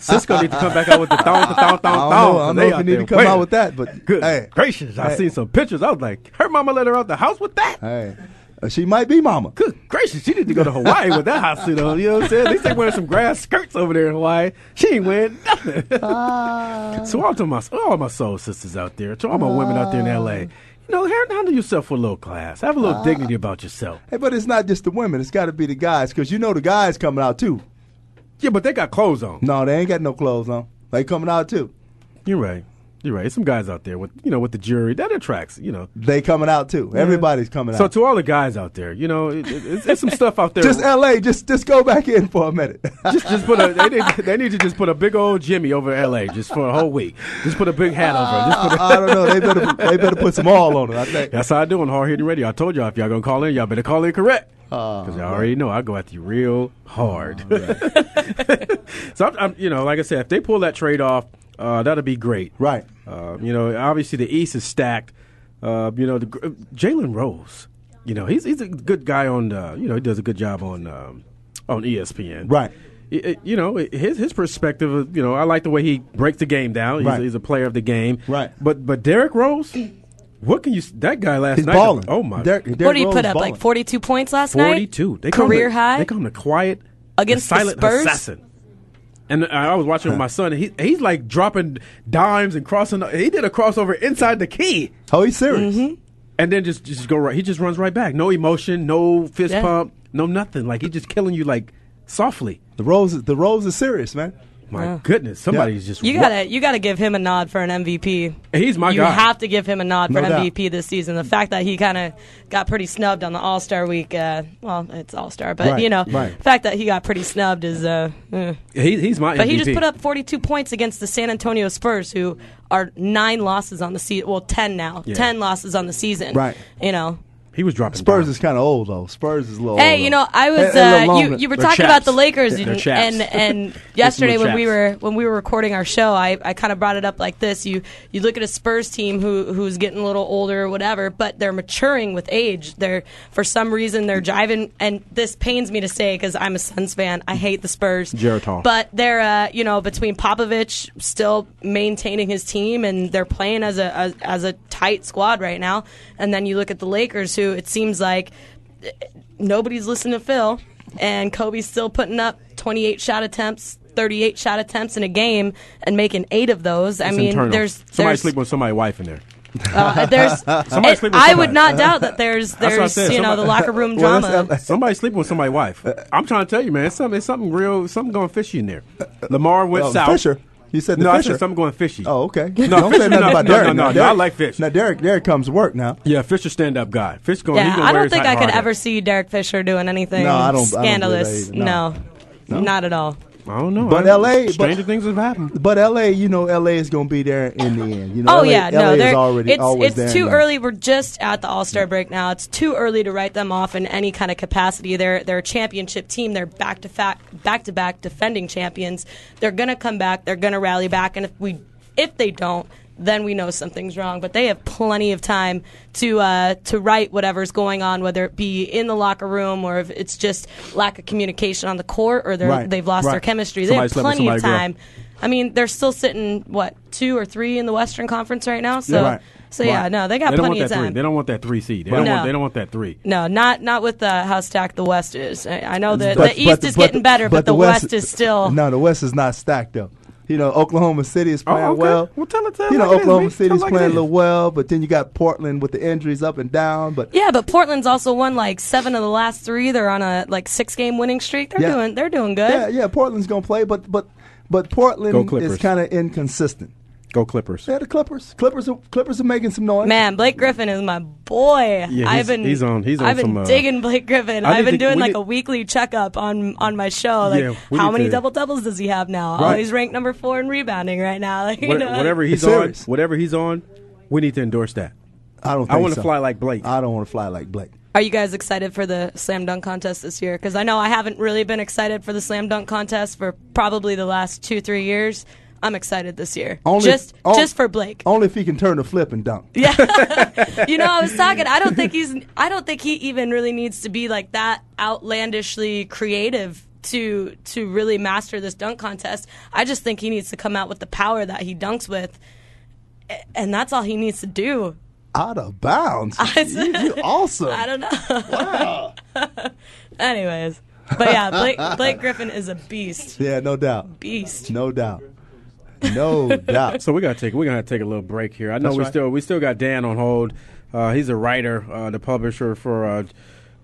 S3: Cisco need to
S4: *laughs*
S3: come back out with the thong, the thong, thong, thong.
S4: I don't know, I don't
S3: They
S4: know if
S3: out
S4: you need
S3: there
S4: to come
S3: wailing.
S4: out with that, but
S3: Good
S4: hey,
S3: gracious! I
S4: Hey.
S3: seen some pictures. I was like, her mama let her out the house with that.
S4: hey, Uh, she might be mama.
S3: Good gracious! She need to go to Hawaii with that hot suit on. You know what I'm saying? At least they wearing some grass skirts over there in Hawaii. She ain't wearing nothing. so all to my all my soul sisters out there, to all my women out there in
S4: Uh.
S3: L.A. You know, ha- handle yourself with a little class. Have a little dignity about yourself.
S4: Hey, but it's not just the women. It's got to be the guys because you know the guys coming out too.
S3: Yeah, but they got clothes on.
S4: No, they ain't got no clothes on. They coming out too.
S3: You're right. You're right. Some guys out there with you know with the jury that attracts you know.
S4: They coming out too. Everybody's coming
S3: So
S4: out.
S3: to all the guys out there, you know, it, it, it's, it's some stuff out there.
S4: just L.A. Just just go back in for a minute.
S3: just, just put a they need, they need to just put a big old Jimmy over L.A. just for a whole week. Just put a big hat over. it. Just put a,
S4: Uh, I don't know. They better they better put some oil on it. I think.
S3: that's how I do on hard hitting radio. I told y'all if y'all gonna call in, y'all better call in correct.
S4: Uh,
S3: Because I already know I go at you real hard. so I'm, I'm, you know, like I said, if they pull that trade off, uh, that'll be great.
S4: Right.
S3: Uh, you know, obviously the East is stacked. Uh, you know, the, gr- Jalen Rose. You know, he's he's a good guy on. Uh, you know, he does a good job on um, on ESPN.
S4: Right.
S3: Y- y- You know his his perspective. Of, you know, I like the way he breaks the game down. He's,
S4: Right.
S3: he's a player of the game.
S4: Right.
S3: But but Derrick Rose, what can you? s- That guy last
S4: He's
S3: night.
S4: balling.
S3: Oh my.
S4: Derrick-
S5: what
S4: Derrick
S5: did he
S4: Rose
S5: put up?
S4: balling.
S5: Like 42 points last night?
S3: 42. They call him
S5: Career
S3: the-
S5: high?
S3: They call him the quiet
S5: Against
S3: the
S5: the
S3: silent
S5: Spurs?
S3: assassin. And I I was watching with my son. And he he's like dropping dimes and crossing. He did a crossover inside the key,
S4: Oh, he's serious.
S5: Mm-hmm.
S3: and then just just go right. He just runs right back. No emotion, no fist
S5: Yeah.
S3: pump, no nothing. Like he just killing you like softly.
S4: The rose the rose is serious, man.
S3: My goodness, somebody's just
S5: You gotta, you gotta give him a nod for an MVP.
S3: He's my
S5: You
S3: guy.
S5: have to give him a nod for
S4: No doubt.
S5: MVP this season. The fact that he kind of got pretty snubbed on the All Star week, uh, well, it's All Star, but
S4: Right,
S5: you know,
S4: right.
S5: the fact that he got pretty snubbed is. Uh, eh.
S3: He, he's my.
S5: But he
S3: MVP.
S5: just put up 42 points against the San Antonio Spurs, who are nine losses on the season. Well, 10 now.
S3: Yeah.
S5: 10 losses on the season.
S4: Right.
S5: You know.
S3: He was dropping
S4: Spurs
S3: dimes.
S4: is kind of old though. Spurs is a little.
S5: Hey,
S4: old,
S5: you
S4: though.
S5: know, I was
S4: Hey, hey,
S5: uh,
S4: little
S5: you
S4: long-
S5: you were
S3: They're
S5: talking
S3: chaps.
S5: about the Lakers
S3: They're
S5: and,
S3: chaps.
S5: and
S3: *laughs*
S5: and yesterday
S3: little
S5: when we
S3: chaps.
S5: were when we were recording our show, I, I kind of brought it up like this. You you look at a Spurs team who who's getting a little older or whatever, but they're maturing with age. They're for some reason they're driving and this pains me to say cuz I'm a Suns fan. I hate the Spurs.
S3: Jared Hall.
S5: But they're uh, you know, between Popovich still maintaining his team and they're playing as a as, as a tight squad right now. And then you look at the Lakers who it seems like eh, nobody's listening to Phil, and Kobe's still putting up 28 shot attempts, 38 shot attempts in a game, and making eight of those. I
S3: It's
S5: mean,
S3: internal.
S5: there's
S3: somebody
S5: there's,
S3: sleep with somebody's wife in there.
S5: uh, there's
S3: *laughs* Somebody
S5: it-
S3: sleep with
S5: I
S3: somebody.
S5: would not doubt that there's
S3: what I
S5: there's
S3: said.
S5: you know the
S3: Somebody-
S5: locker room
S4: Well,
S5: drama.
S4: that's-
S3: Somebody sleeping with somebody's wife. I'm trying to tell you, man. It's something, it's something real. Something going fishy in there. Lamar went
S4: Oh,
S3: south.
S4: Fisher. You said the
S3: no, I
S4: Fisher.
S3: said something going fishy.
S4: Oh, okay.
S3: No,
S4: Don't
S3: Fisher,
S4: say nothing
S3: no,
S4: about
S3: no,
S4: Derek.
S3: no, no,
S4: now,
S3: no,
S4: Derek-
S3: I like Fish.
S4: Now, Derek, Derek comes to work now.
S3: Yeah, Fisher stand up guy. Fish going. he's
S5: yeah,
S3: gonna
S5: I
S3: wear
S5: don't
S3: his
S5: think I
S3: hat
S5: could
S3: hard
S5: ever
S3: out.
S5: see Derek Fisher doing anything
S4: No, I don't- I don't believe that
S5: scandalous.
S4: either. No.
S5: no, not at all.
S3: I don't know.
S4: But
S3: I-
S4: LA but-
S3: stranger things have happened.
S4: But LA, you know, LA is going to be there in the end. You
S5: Oh
S4: know, LA,
S5: yeah,
S4: LA
S5: no,
S4: is
S5: they're
S4: already
S5: it's
S4: always there
S5: it's
S4: in
S5: too
S4: the end.
S5: early. We're just at the All Star break now. It's too early to write them off in any kind of capacity. They're they're a championship team. They're back to fact back to back defending champions. They're gonna come back. They're gonna rally back. And if we if they don't. Then we know something's wrong, but they have plenty of time to uh, to right whatever's going on, whether it be in the locker room or if it's just lack of communication on the court or they're,
S4: Right,
S5: they've lost
S4: right.
S5: their chemistry.
S3: Somebody
S5: they
S3: slept
S5: have
S3: with
S5: plenty of
S3: somebody, girl.
S5: time. I mean, they're still sitting what two or three in the Western Conference right now. So,
S4: Right.
S5: so yeah,
S4: Right.
S5: no, they got
S3: They don't want
S5: plenty
S3: that
S5: of
S3: three.
S5: time.
S3: They don't want that three seed. They don't
S5: No.
S3: want. They don't want that three.
S5: no, not not with uh, how stacked the West is. I, I know that
S4: But-
S5: the East
S4: but-
S5: is
S4: but-
S5: getting better, but, the West, is still.
S4: No, the West is not stacked up. You know, Oklahoma City is playing
S3: Oh, okay.
S4: well.
S3: Well, tell it- tell it
S4: You know,
S3: like it is,
S4: Oklahoma
S3: B. Tell it
S4: City's
S3: like it
S4: playing a
S3: is.
S4: little well, but then you got Portland with the injuries up and down. But
S5: Yeah, but Portland's also won like seven of the last three. They're on a like six game winning streak. They're
S4: Yeah.
S5: doing they're doing good.
S4: yeah, yeah, Portland's going to play, but but but Portland
S3: Go
S4: is
S3: Clippers.
S4: kind of inconsistent.
S3: Go Clippers.
S4: Yeah, the Clippers. Clippers are, Clippers are making some noise.
S5: Man, Blake Griffin is my boy.
S3: he's-
S5: I've been
S3: he's on- he's on
S5: I've been
S3: some, uh,
S5: digging Blake Griffin.
S3: I need
S5: I've been
S3: to-
S5: doing
S3: we
S5: like
S3: need-
S5: a weekly checkup on on my show. Like
S3: Yeah, we
S5: how
S3: need
S5: many
S3: to-
S5: double doubles does he have now? Oh,
S4: Right.
S5: he's ranked number four in rebounding right now. *laughs* Like, you
S3: What-
S5: know,
S3: whatever he's
S4: It's
S3: on,
S4: serious.
S3: whatever he's on, we need to endorse that.
S4: I don't.
S3: I
S4: Think
S3: wanna
S4: so.
S3: fly like Blake.
S4: I don't want to fly like Blake.
S5: Are you guys excited for the slam dunk contest this year? Because I know I haven't really been excited for the slam dunk contest for probably the last two three years. I'm excited this year.
S4: Only-
S5: just
S4: on-
S5: just for Blake.
S4: Only if he can turn the flip and dunk.
S5: you know, I was talking. I don't think he's. I don't think he even really needs to be like that outlandishly creative to to really master this dunk contest. I just think he needs to come out with the power that he dunks with, A- and that's all he needs to do.
S4: Out
S5: *laughs*
S4: of bounds. you, you *laughs* awesome.
S5: I don't know. *laughs* Anyways, but yeah, Blake Blake Griffin is a beast.
S4: Yeah, no doubt.
S5: Beast.
S4: No doubt.
S3: *laughs*
S4: No doubt.
S3: So we gotta take we're gonna have to take a little break here. I know
S4: That's
S3: we
S4: right.
S3: still we still got Dan on hold. Uh, he's a writer, uh, the publisher for uh,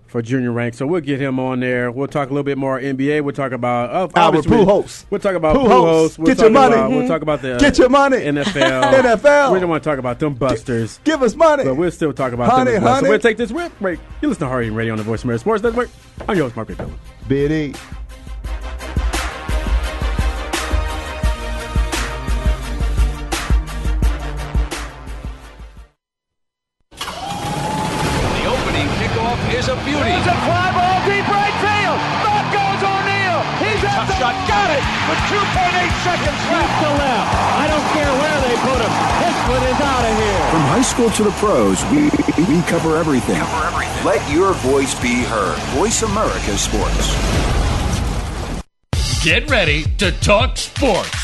S3: for Junior Rank. So we'll get him on there. We'll talk a little bit more NBA. We'll talk about uh, obviously we-
S4: Pujols.
S3: We'll talk about
S4: Pujols.
S3: Pujols. We'll
S4: Get
S3: talk
S4: your money. Mm-hmm.
S3: About, we'll talk about the uh,
S4: Get your money.
S3: NFL.
S4: *laughs* NFL.
S3: We don't want to talk about them busters.
S4: Give us money.
S3: But we'll still talk about
S4: Honey,
S3: them. as well.
S4: honey.
S3: So we'll take this rip break. You listen to Hard Eating Radio on the Voice of America Sports Network. I'm your host, Mark Bill.
S4: BD.
S7: The opening kickoff is a beauty.
S8: It's a fly ball deep right field. Back goes O'Neal. He's at the shot. Got it with 2.8 seconds left to left. I don't care where they put him. This one is out of here.
S9: From high school to the pros, we, we cover everything. Let your voice be heard. Voice America Sports.
S10: Get ready to talk sports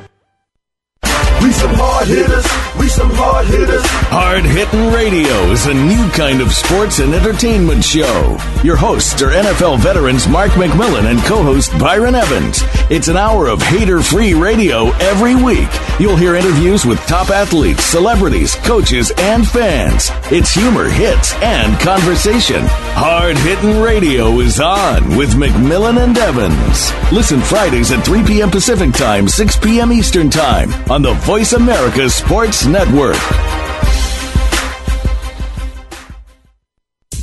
S2: We some hard hitters. We some hard hitters.
S11: Hard Hittin' Radio is a new kind of sports and entertainment show. Your hosts are NFL veterans Mark McMillan and co host Byron Evans. It's an hour of hater free radio every week. You'll hear interviews with top athletes, celebrities, coaches, and fans. It's humor, hits, and conversation. Hard Hittin' Radio is on with McMillan and Evans. Listen Fridays at 3 p.m. Pacific Time, 6 p.m. Eastern Time on the Voice America Sports Network.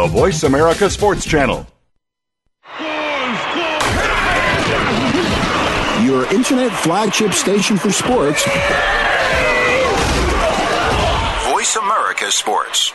S12: the Voice America Sports Channel.
S9: Your internet flagship station for sports.
S2: Voice America Sports.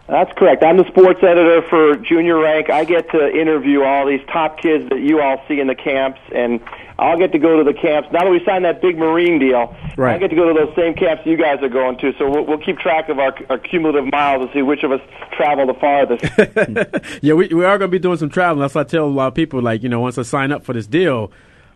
S6: That's correct. I'm the sports editor for Junior Rank. I get to interview all these top kids that you all see in the camps, and I'll get to go to the camps. Now that we signed that big Marine deal,
S3: Right.
S6: I get to go to those same camps you guys are going to. So we'll, we'll keep track of our, our cumulative miles and see which of us travel the farthest.
S3: Yeah, we, we are going to be doing some traveling. That's what I tell a lot of people. Like, you know, once I sign up for this deal,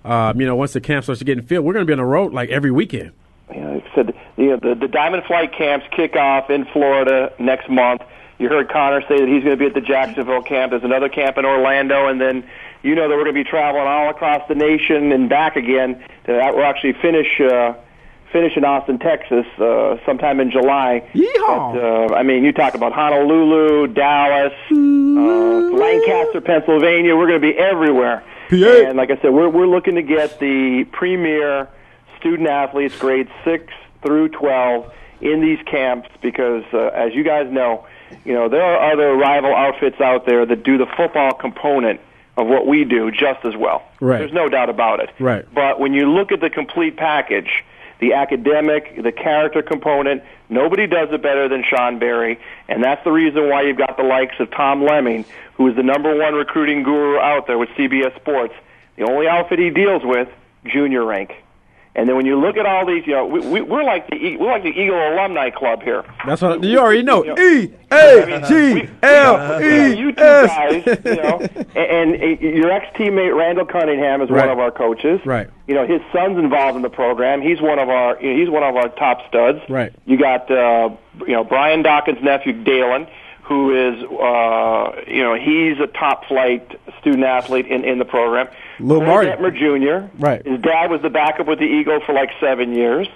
S3: um, you know, once the camp starts getting filled, we're going to be on the road like every weekend.
S6: you know, like I said you know, the, the Diamond Flight camps kick off in Florida next month. You heard Connor say that he's going to be at the Jacksonville camp. There's another camp in Orlando, and then
S13: you know that we're going to be traveling all across the nation and back again. To that we'll actually finish uh, finish in Austin, Texas, uh, sometime in July. Yeehaw! But, uh, I mean, you talk about Honolulu, Dallas, uh, Lancaster, Pennsylvania. We're going to be everywhere. And like I said, we're we're looking to get the premier student athletes, grades six through twelve, in these camps because, uh, as you guys know, you know there are other rival outfits out there that do the football component of what we do just as well.
S3: Right.
S13: There's no doubt about it.
S3: Right.
S13: But when you look at the complete package, the academic, the character component, nobody does it better than Sean Barry, and that's the reason why you've got the likes of Tom Lemming, who is the number one recruiting guru out there with CBS Sports. The only outfit he deals with, junior rank. And then when you look at all these, you know, we, we, we're like the E- we're like the Eagle Alumni Club here.
S3: That's what you already know. E
S13: I
S3: A
S13: mean,
S3: G
S13: Uh,
S3: L
S13: you
S3: E
S13: two guys,
S3: S.
S13: you know, and, and uh, your ex teammate Randall Cunningham is one
S3: Right.
S13: of our coaches.
S3: Right.
S13: You know, his son's involved in the program. He's one of our you know, he's one of our top studs.
S4: *laughs*
S3: Right.
S13: You got uh, you know Brian Dawkins' nephew Dalen, who is uh, you know he's a top flight student athlete in in the program.
S3: Lil
S13: Corey
S3: Marty.
S13: Detmer Jr.
S3: Right.
S13: His dad was the backup with the Eagles for like seven years.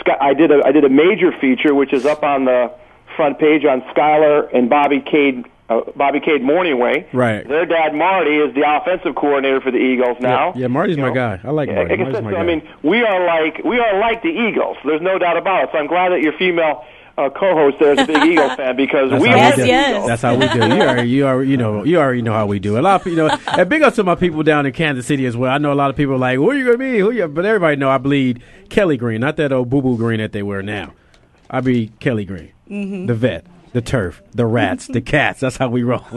S13: Sky, I did a I did a major feature which is up on the front page on Skylar and Bobby Cade uh, Bobby Cade Morningway.
S3: Right.
S13: Their dad Marty is the offensive coordinator for the Eagles now.
S3: Yeah, Marty's my guy. I like Marty.
S13: Like I
S3: Marty's
S13: said,
S3: my
S13: so, I
S3: guy.
S13: mean, we are like we are like the Eagles. There's no doubt about it. So I'm glad that your female uh, co-host there is
S3: *laughs*
S13: a big Eagles fan because
S3: That's
S13: we
S3: how
S13: are
S3: we
S13: the
S3: do.
S13: Eagles.
S3: That's how we do. You already, you already, you know, you already know how we do. A lot of, you know, and big up to my people down in Kansas City as well. I know a lot of people are like, "Who are you gonna be? Who you?" But everybody know I bleed Kelly Green, not that old boo boo green that they wear now. I be Kelly Green,
S14: Mhm.
S3: *laughs*
S4: Mm-hmm.
S3: the vet, the turf, the rats, the cats. That's how we roll. *laughs*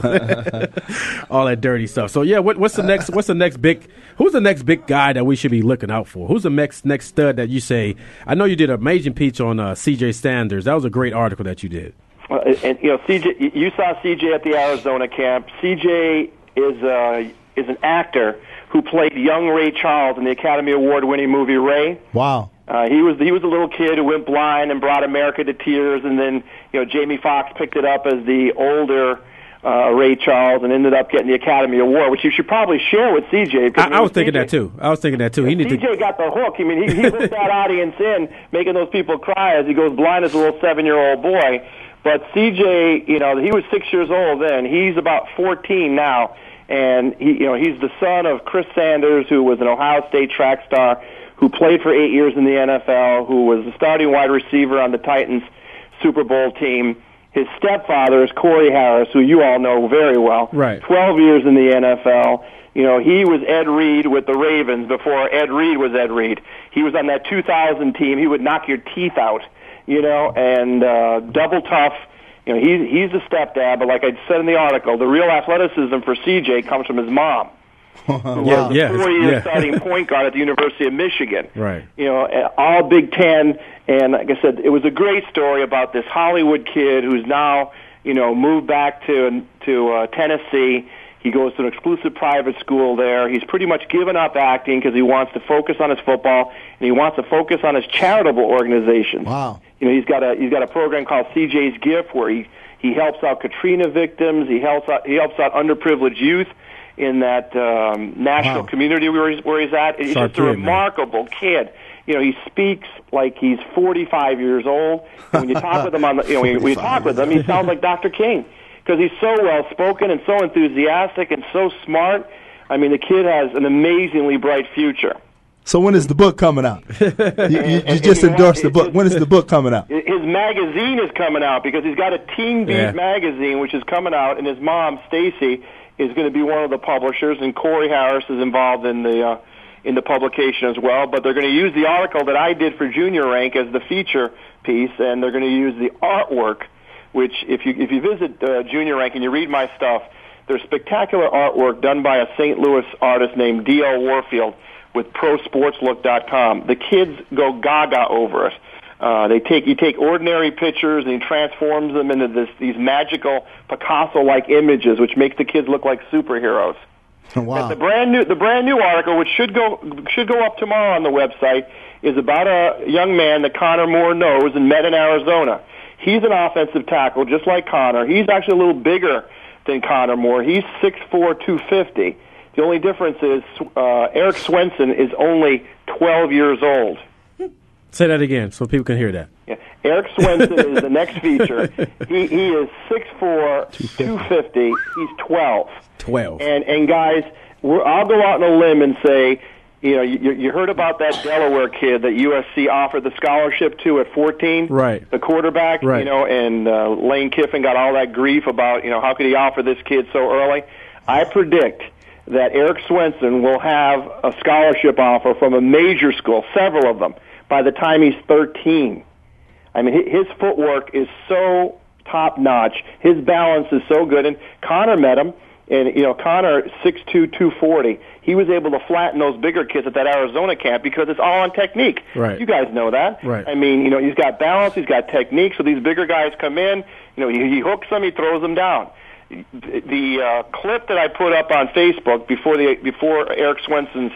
S3: All that dirty stuff. So yeah, what, what's the next? What's the next big? Who's the next big guy that we should be looking out for? Who's the next next stud that you say? I know you did a amazing peach on uh, C.J. Sanders. That was a great article that you did.
S13: Uh, and you know, CJ, you- you saw CJ at the Arizona camp. CJ is uh, is an actor who played young Ray Charles in the Academy Award winning movie Ray.
S4: Wow.
S13: Uh, he was he was a little kid who went blind and brought America to tears, and then you know Jamie Foxx picked it up as the older uh, Ray Charles and ended up getting the Academy Award, which you should probably share with CJ. because,
S3: I, I was thinking that too. I was thinking that too. He
S13: you know,
S3: need to.
S13: CJ got the hook. I mean, he, he hooked that audience in, making those people cry as he goes blind as a little seven-year-old boy. But CJ, you know, he was six years old then. He's about 14 now, and he, you know, he's the son of Chris Sanders, who was an Ohio State track star, who played for eight years in the NFL, who was the starting wide receiver on the Titans Super Bowl team. His stepfather is Corey Harris, who you all know very well.
S3: Right.
S13: 12 years in the NFL. You know, he was Ed Reed with the Ravens before Ed Reed was Ed Reed. He was on that 2000 team. He would knock your teeth out, you know, and uh, double tough. You know, he's, he's a stepdad, but like I said in the article, the real athleticism for CJ comes from his mom, who was a four-year
S6: *laughs*
S13: starting point guard at the University of Michigan
S3: *laughs* Right.
S13: you know, uh, all Big Ten. And like I said, it was a great story about this Hollywood kid who's now, you know, moved back to to uh, Tennessee. He goes to an exclusive private school there. He's pretty much given up acting because he wants to focus on his football and he wants to focus on his charitable organizations.
S4: Wow.
S13: You know, he's got a he's got a program called CJ's Gift where he he helps out Katrina victims. He helps out he helps out underprivileged youth in that um, national community where he's, where he's at. It's
S3: Sharp
S13: just a
S3: kid, man.
S13: remarkable kid. You know, he speaks like he's 45 years old. And when you talk with him on the, you know, when you, when you talk with him, he sounds like Dr. King because he's so well spoken and so enthusiastic and so smart. I mean, the kid has an amazingly bright future.
S4: So when is the book coming out? *laughs* You, you, you just endorsed the book. When is the book coming out?
S13: His magazine is coming out because he's got a Teen Beat
S4: Yeah.
S13: magazine, which is coming out, and his mom Stacy is going to be one of the publishers, and Corey Harris is involved in the uh, in the publication as well. But they're going to use the article that I did for Junior Rank as the feature piece, and they're going to use the artwork, which if you if you visit uh, Junior Rank and you read my stuff, there's spectacular artwork done by a St. Louis artist named D.L. Warfield with ProSportsLook.com. The kids go gaga over it. Uh, they take you take ordinary pictures and he transforms them into this these magical Picasso-like images, which makes the kids look like superheroes.
S4: *laughs* Wow.
S13: The brand new the brand new article, which should go should go up tomorrow on the website, is about a young man that Connor Moore knows and met in Arizona. He's an offensive tackle, just like Connor. He's actually a little bigger than Connor Moore. He's six four, two fifty. The only difference is uh, Eric Swenson is only 12 years old.
S3: Say that again so people can hear that.
S13: Yeah. Eric Swenson is the next feature. He, he is 6'4", 250. He's 12.
S3: 12.
S13: And and guys, we're, I'll go out on a limb and say, you know, you, you heard about that Delaware kid that USC offered the scholarship to at 14,
S3: Right.
S13: the quarterback,
S3: Right.
S13: you know, and uh, Lane Kiffin got all that grief about, you know, how could he offer this kid so early? I predict that Eric Swenson will have a scholarship offer from a major school, several of them, by the time he's 13. I mean, hi- his footwork is so top notch. His balance is so good. And Connor met him, and you know, Connor six two two forty. He was able to flatten those bigger kids at that Arizona camp because it's all on technique.
S3: Right.
S13: You guys know that.
S3: Right.
S13: I mean, you know, he's got balance, he's got technique. So these bigger guys come in. You know, he, he hooks them, he throws them down. The uh, clip that I put up on Facebook before the before Eric Swenson's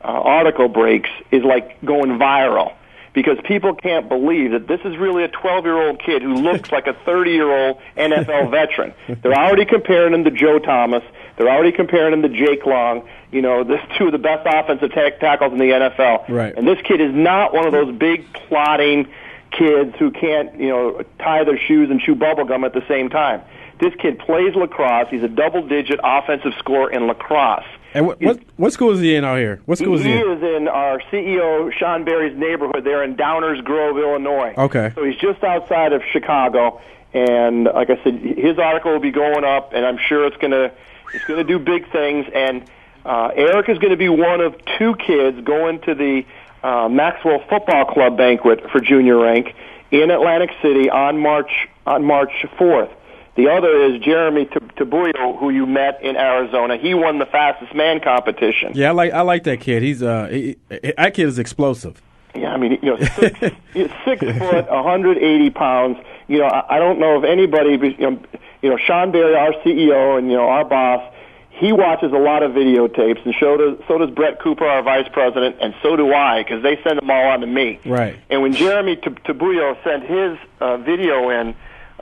S13: uh, article breaks is like going viral because people can't believe that this is really a 12 year old kid who looks like a 30 year old NFL veteran. They're already comparing him to Joe Thomas. They're already comparing him to Jake Long. You know, this two of the best offensive tack tackles in the NFL.
S3: Right.
S13: And this kid is not one of those big plotting kids who can't, you know, tie their shoes and chew bubble gum at the same time. This kid plays lacrosse. He's a double digit offensive scorer in lacrosse.
S3: And what, what what school is he in out here? What school is
S13: he
S3: he in?
S13: is in our CEO Sean Barry's neighborhood there in Downers Grove, Illinois.
S3: Okay.
S13: So he's just outside of Chicago, and like I said, his article will be going up, and I'm sure it's gonna it's gonna do big things. And uh, Eric is gonna be one of two kids going to the uh, Maxwell Football Club banquet for junior rank in Atlantic City on March on March 4th. The other is Jeremy Tab- Tabuyo, who you met in Arizona. He won the fastest man competition.
S3: Yeah, I like I like that kid. He's uh he, he- that kid is explosive.
S13: Yeah, I mean, you know, six, you know, six foot, 180 pounds. You know, I, I don't know if anybody, you know, you know, Sean Barry, our CEO, and you know, our boss, he watches a lot of videotapes, and so does so does Brett Cooper, our vice president, and so do I, because they send them all on to me.
S3: Right.
S13: And when Jeremy Tab- Tabuyo sent his uh, video in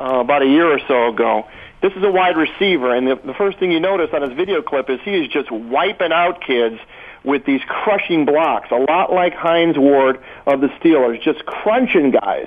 S13: uh, about a year or so ago, this is a wide receiver, and the, the first thing you notice on his video clip is he is just wiping out kids with these crushing blocks, a lot like Heinz Ward of the Steelers, just crunching guys.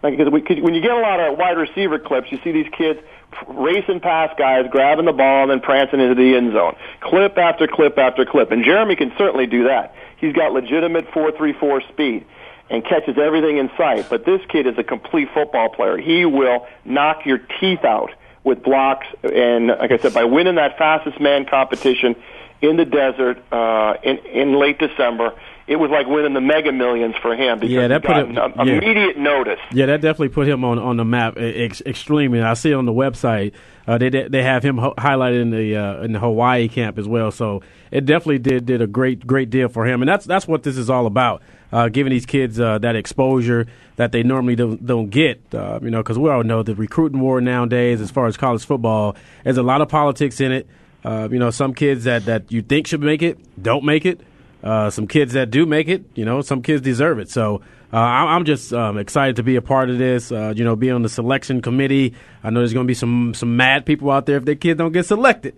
S13: Like, because we, 'cause when you get a lot of wide receiver clips, you see these kids racing past guys, grabbing the ball, and then prancing into the end zone. Clip after clip after clip. And Jeremy can certainly do that. He's got legitimate 4.34 speed and catches everything in sight. But this kid is a complete football player. He will knock your teeth out with blocks. And like I said, by winning that fastest man competition in the desert uh, in in late December, it was like winning the Mega Millions for him because
S3: Yeah, that
S13: he
S3: put
S13: got
S3: it-
S13: an-
S3: yeah.
S13: immediate notice.
S3: Yeah, that definitely put him on, on the map e- ex- extremely. And I see it on the website. Uh, they they they have him ho- highlighted in the uh, in the Hawaii camp as well. So it definitely did did a great great deal for him. And that's that's what this is all about. Uh, giving these kids uh, that exposure that they normally don't, don't get, uh, you know, because we all know the recruiting war nowadays, as far as college football, there's a lot of politics in it. Uh, you know, some kids that, that you think should make it don't make it. Uh, some kids that do make it, you know, some kids deserve it. So uh, I- I'm just um, excited to be a part of this. Uh, you know, be on the selection committee. I know there's going to be some some mad people out there if their kids don't get selected,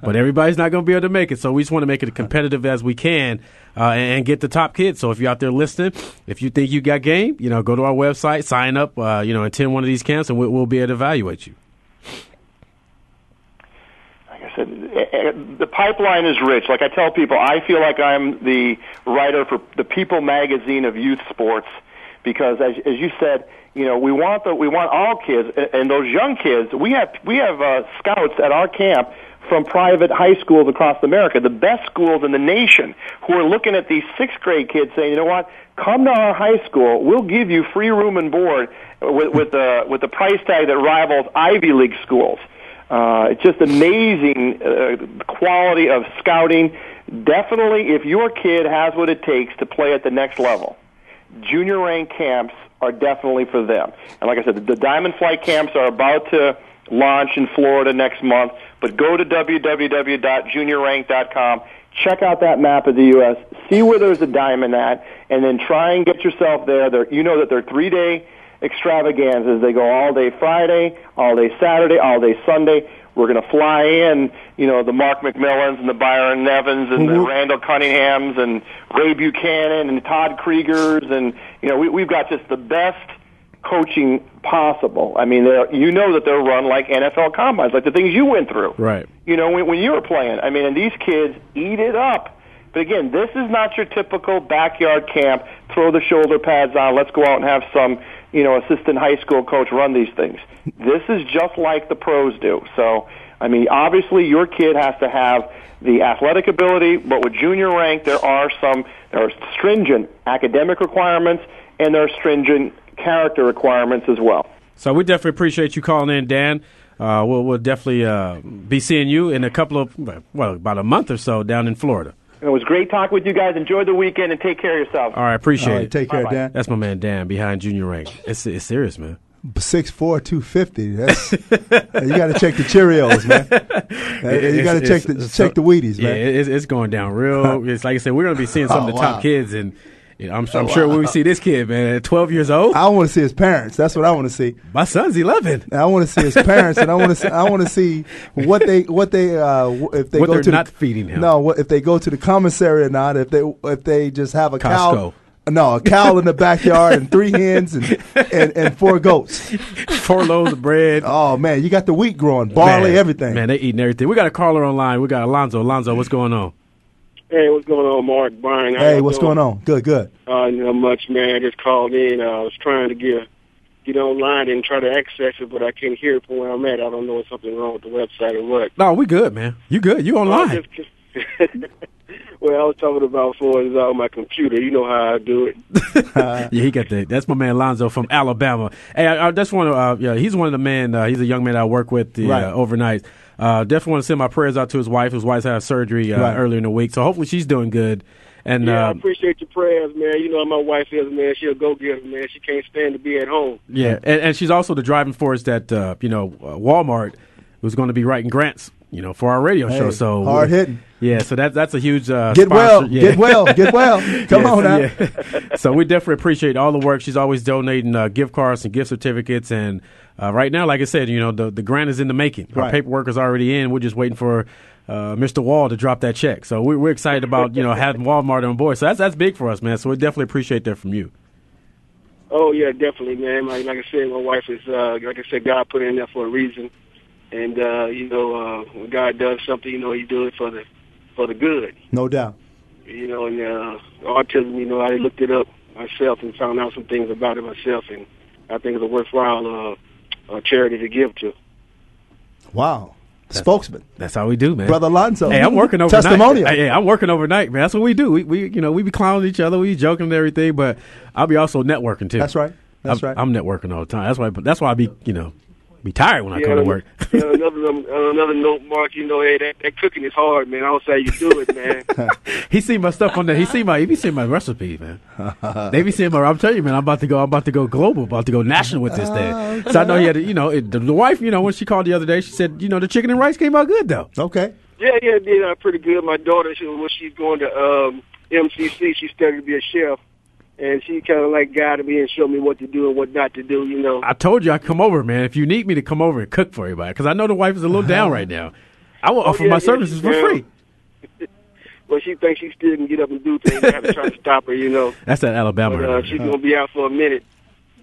S3: but everybody's not going to be able to make it. So we just want to make it competitive as we can uh, and, and get the top kids. So if you're out there listening, if you think you got game, you know, go to our website, sign up, uh, you know, attend one of these camps, and we- we'll be able to evaluate you.
S13: Like I said, eh, eh, the pipeline is rich. Like I tell people, I feel like I'm the writer for the People magazine of youth sports because, as, as you said, you know, we want the we want all kids a- and those young kids. We have we have uh, scouts at our camp from private high schools across America, the best schools in the nation, who are looking at these sixth grade kids saying, you know what, come to our high school, we'll give you free room and board with with the with the price tag that rivals Ivy League schools. Uh, it's just amazing uh, quality of scouting. Definitely, if your kid has what it takes to play at the next level, junior rank camps are definitely for them. And like I said, the Diamond Flight camps are about to launch in Florida next month. But go to www.juniorrank.com, check out that map of the U.S., see where there's a diamond at, and then try and get yourself there. There, you know that they're three day extravaganzas. They go all day Friday, all day Saturday, all day Sunday. We're going to fly in, you know, the Mark McMillans and the Byron Nevins and the
S14: Mhm.
S13: Randall Cunninghams and Ray Buchanan and Todd Kriegers and you know we, we've got just the best coaching possible. I mean, they're, you know that they're run like NFL combines, like the things you went through.
S3: Right.
S13: You know, when, when you were playing, I mean, and these kids eat it up. But again, this is not your typical backyard camp. Throw the shoulder pads on. Let's go out and have some, you know, assistant high school coach run these things. This is just like the pros do. So, I mean, obviously, your kid has to have the athletic ability. But with junior rank, there are some there are stringent academic requirements and there are stringent character requirements as well.
S3: So we definitely appreciate you calling in, Dan. Uh, we'll, we'll definitely uh, be seeing you in a couple of, well, about a month or so down in Florida.
S13: It was great talking with you guys. Enjoy the weekend and take care of yourself.
S3: All right, appreciate
S4: All right,
S3: it.
S4: take care, Bye-bye. Dan.
S3: That's my man, Dan, behind Junior Rank. It's, it's serious, man.
S4: Six four two fifty. That's you got to check the Cheerios,
S3: *laughs*
S4: man. you
S3: It's-
S4: got to check
S3: it's-
S4: the
S3: it's-
S4: check the Wheaties,
S3: Yeah,
S4: man.
S3: it- it's, it's going down
S4: *laughs*
S3: real. it's like I said, we're going to be seeing some of the
S4: Oh,
S3: top
S4: wow.
S3: kids, and you know, I'm, I'm
S4: Oh,
S3: sure when we
S4: wow.
S3: see this kid, man, at 12 years old, *laughs*
S4: I want to see his parents. That's what I want to see.
S3: My son's eleven.
S4: I want to see his parents, and I want to see, I want to see what they what they uh, w- if they
S3: What
S4: go
S3: they're
S4: to
S3: not
S4: the,
S3: feeding him.
S4: No, what, if they go to the commissary or not. If they if they just have a
S3: Costco.
S4: cow. No, a cow in the backyard and three hens and, and, and four goats.
S3: *laughs* Four loaves of bread.
S4: Oh, man. You got the wheat growing, barley,
S3: man,
S4: everything.
S3: Man, they eating everything. We got a caller online. We got Alonzo. Alonzo, what's going on?
S15: Hey, what's going on, Mark? Brian. how
S4: Hey,
S15: y'all
S4: what's
S15: doing?
S4: going on? Good, good.
S15: Uh, not much, man. I just called in. Uh, I was trying to get get online and try to access it, but I can't hear it from where I'm at. I don't know if something wrong with the website or what.
S3: No, we good, man. You good? You
S15: I
S3: online?
S15: was just- well, I was talking about for is on my computer. You know how I do it.
S3: *laughs* yeah, he got that. That's my man Lonzo from Alabama. Hey, I, I just want to. Uh, yeah, he's one of the men. Uh, he's a young man I work with the,
S4: Right.
S3: uh, overnight. Uh, definitely want to send my prayers out to his wife. His wife's had surgery uh,
S4: Right.
S3: earlier in the week, so hopefully she's doing good. And
S15: yeah, I
S3: um,
S15: appreciate your prayers, man. You know how my wife is, man. She'll go get it, man. She can't stand to be at home.
S3: Yeah, and, and she's also the driving force that uh, you know uh, Walmart was going to be writing grants, you know, for our radio
S4: Hey,
S3: show. So
S4: hard hitting.
S3: Yeah, so that's that's a huge uh,
S4: Get
S3: sponsor.
S4: well,
S3: Yeah. *laughs*
S4: get well, get well. Come
S3: Yeah,
S4: on now.
S3: yeah. *laughs* so we definitely appreciate all the work. She's always donating uh, gift cards and gift certificates, and uh, right now, like I said, you know, the the grant is in the making. Our
S4: Right.
S3: paperwork is already in. We're just waiting for. Uh, Mr. Wall to drop that check, so we, we're excited about you know
S4: *laughs*
S3: having Walmart on board. So that's that's big for us, man. So we definitely appreciate that from you.
S15: Oh yeah, definitely, man. Like, like I said, my wife is uh, like I said, God put her in there for a reason, and uh, you know, uh, when God does something, you know, He do it for the for the good.
S4: No doubt.
S15: You know, and uh, autism, you know, I looked it up myself and found out some things about it myself, and I think it's a worthwhile uh, uh, charity to give to.
S4: Wow. Spokesman.
S3: That's how we do, man.
S4: Brother Alonzo.
S3: Hey, I'm working overnight.
S4: Testimonial.
S3: Hey, hey, I'm working overnight, man. That's what we do. We, we you know, we be clowning each other, we be joking and everything, but I'll be also networking too.
S4: That's right. That's
S3: I'm,
S4: right.
S3: I'm networking all the time. That's why. That's why I be, you know, be tired when I come to work. *laughs*
S15: you know, another um, on another note, Mark. You know, hey, that, that cooking is hard, man. I don't say you do it,
S3: *laughs*
S15: man.
S3: he seen my stuff on there. He seen my. He be seeing my recipe,
S4: *laughs*
S3: man. they be seeing my. I'm telling you, man. I'm about to go. I'm about to go global. About to go national with this thing.
S4: Oh,
S3: So I know he had. to- You know, it, the, the wife. You know, when she called the other day, she said, you know, the chicken and rice came out good though.
S4: Okay.
S15: Yeah, yeah, it did uh, pretty good. My daughter, she, when she's going to um, MCC, she studied to be a chef, and she kind of like guided me and showed me what to do and what not to do. You know,
S3: I told you I'd come over, man. If you need me to come over and cook for everybody, because I know the wife is a
S4: Uh-huh.
S3: little down right now. I will
S15: Oh,
S3: offer
S15: yeah,
S3: my
S15: yeah,
S3: services for
S15: yeah.
S3: free.
S15: *laughs* well, she thinks she still can get up and do things. I have to try to stop her. You know,
S3: *laughs* That's that Alabama.
S15: but
S3: right
S15: uh,
S3: there.
S15: she's gonna be out for a minute.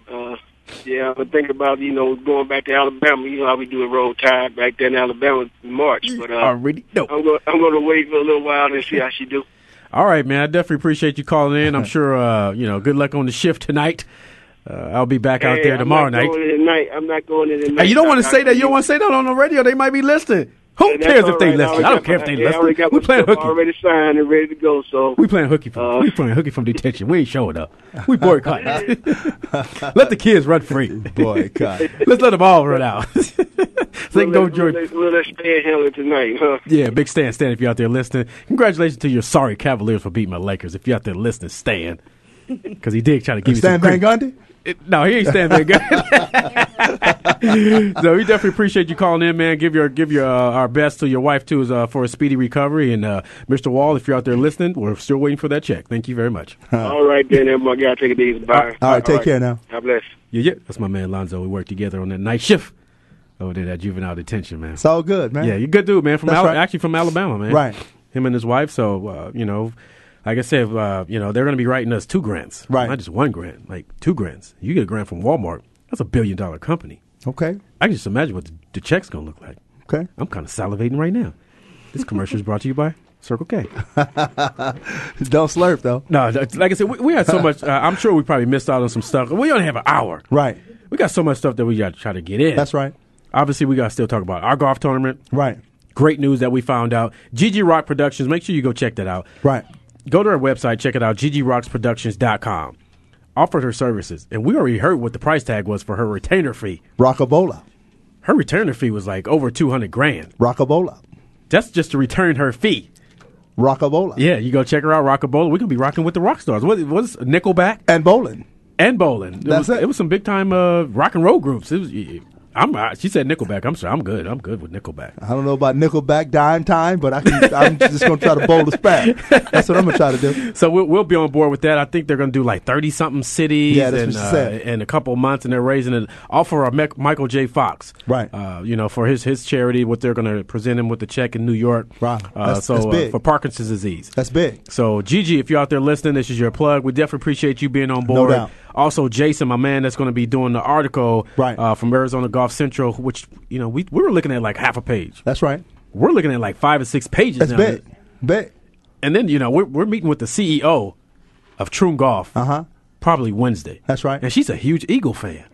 S15: Uh, yeah, I'm thinking about you know going back to Alabama. You know how we do a road tide back there in Alabama in March. But uh,
S3: Already know.
S15: I'm going I'm gonna wait for a little while and see how she do.
S3: All right, man. I definitely appreciate you calling
S15: *laughs*
S3: in. I'm sure uh, you know. Good luck on the shift tonight. Uh, I'll be back out
S15: Hey,
S3: there
S15: I'm
S3: tomorrow
S15: not
S3: night.
S15: Going in tonight. I'm not going in tonight.
S3: Hey, you don't want to
S15: I'm
S3: say
S15: not
S3: that. You don't
S15: gonna-
S3: want to say that on the radio. They might be listening. Who
S15: And that's
S3: cares
S15: all
S3: if they
S15: right.
S3: listen?
S15: already
S3: I don't
S15: got
S3: care
S15: my-
S3: if they
S15: yeah, I already
S3: listen.
S15: got
S3: We
S15: my
S3: playing
S15: stuff
S3: hooky.
S15: Already Uh. signed and ready to go. So
S3: We playing hooky from we playing hooky from detention. We ain't showing up.
S15: *laughs*
S3: We boycotting. *laughs* let the kids run free.
S4: Boycott.
S3: *laughs* Let's let them all run out. *laughs* so they can go
S15: we'll,
S3: enjoy.
S15: let, we'll let Stan handle it tonight, huh?
S3: Yeah, big Stan, Stan, if you're out there listening, congratulations to your sorry Cavaliers for beating my Lakers. If you're out there listening, Stan, because he did try to give
S4: Stan
S3: you some
S4: Van Gundy?
S3: It- no, he ain't Stan Van
S4: *laughs*
S3: Gundy. so we definitely appreciate you calling in, man. Give your give your uh, our best to your wife too, is, uh, for a speedy recovery. And uh, Mr. Wall, if you're out there listening, we're still waiting for that check. Thank you very much.
S15: All right, then, everybody. Y'all take it easy. Bye.
S3: All Oh. right, take care now.
S15: God bless.
S3: Yeah, yeah, that's my man Lonzo. We work together on that night shift. over there that juvenile detention, man.
S4: It's all good, man.
S3: Yeah, you're a good dude, man. From
S4: That's
S3: Al-
S4: right.
S3: actually from Alabama, man.
S4: Right.
S3: Him and his wife. So uh, you know, like I said, uh, you know they're going to be writing us two grants, right? Not just one grant, like two grants. You get a grant from Walmart. That's a billion dollar company.
S4: Okay.
S3: I can just imagine what the, the check's going to look like.
S4: Okay.
S3: I'm kind of salivating right now. This commercial is brought to you by Circle K.
S4: *laughs* Don't slurp though.
S3: No, that's- like I said, we, we had so much. Uh, I'm sure we probably missed out on some stuff. We only have an hour,
S4: right?
S3: We got so much stuff that we got to try to get in.
S4: That's right.
S3: Obviously, we got to still talk about our golf tournament,
S4: right?
S3: Great news that we found out. GG Rock Productions. Make sure you go check that out.
S4: Right.
S3: Go to our website, check it out. GGRocksProductions.com. Offered her services, and we already heard what the price tag was for her retainer fee.
S4: Rockabola.
S3: Her retainer fee was like over two hundred grand.
S4: Rockabola.
S3: That's just to return her fee.
S4: Rockabola.
S3: Yeah, you go check her out, Rockabola. We're gonna be rocking with the rock stars. What was Nickelback
S4: and bowling
S3: and bowling? It
S4: That's
S3: was,
S4: it.
S3: was some big time uh, rock and roll groups. It was. I'm. I, she said Nickelback. I'm sorry. I'm good. I'm good with Nickelback.
S4: I don't know about Nickelback dime time, but I
S3: *laughs*
S4: can, *laughs* I'm just going to try to bowl the spat. That's what I'm going to try to do.
S3: *laughs* So we'll, we'll be on board with that. I think they're going to do like thirty something cities.
S4: Yeah, that's
S3: in,
S4: what she
S3: uh,
S4: said.
S3: in a couple of months, and they're raising it all for our Mec- Michael J. Fox,
S4: Right.
S3: Uh, you know, for his his charity, what they're going to present him with a check in New York, right? Uh,
S4: That's-
S3: so
S4: that's
S3: uh,
S4: big.
S3: for Parkinson's disease,
S4: that's big.
S3: So Gigi, if you're out there listening, this is your plug. We definitely appreciate you being on board.
S4: doubt.
S3: Also, Jason, my man, that's going to be doing the article right. uh, from Arizona Golf Central, which you know we we were looking at like half a page.
S4: That's right.
S3: We're looking at like five or six pages.
S4: That's
S3: now.
S4: big. Big.
S3: And then you know we're we're meeting with the CEO of Troon Golf.
S4: Uh-huh.
S3: Uh huh. Probably Wednesday. That's right. And she's a huge Eagle fan.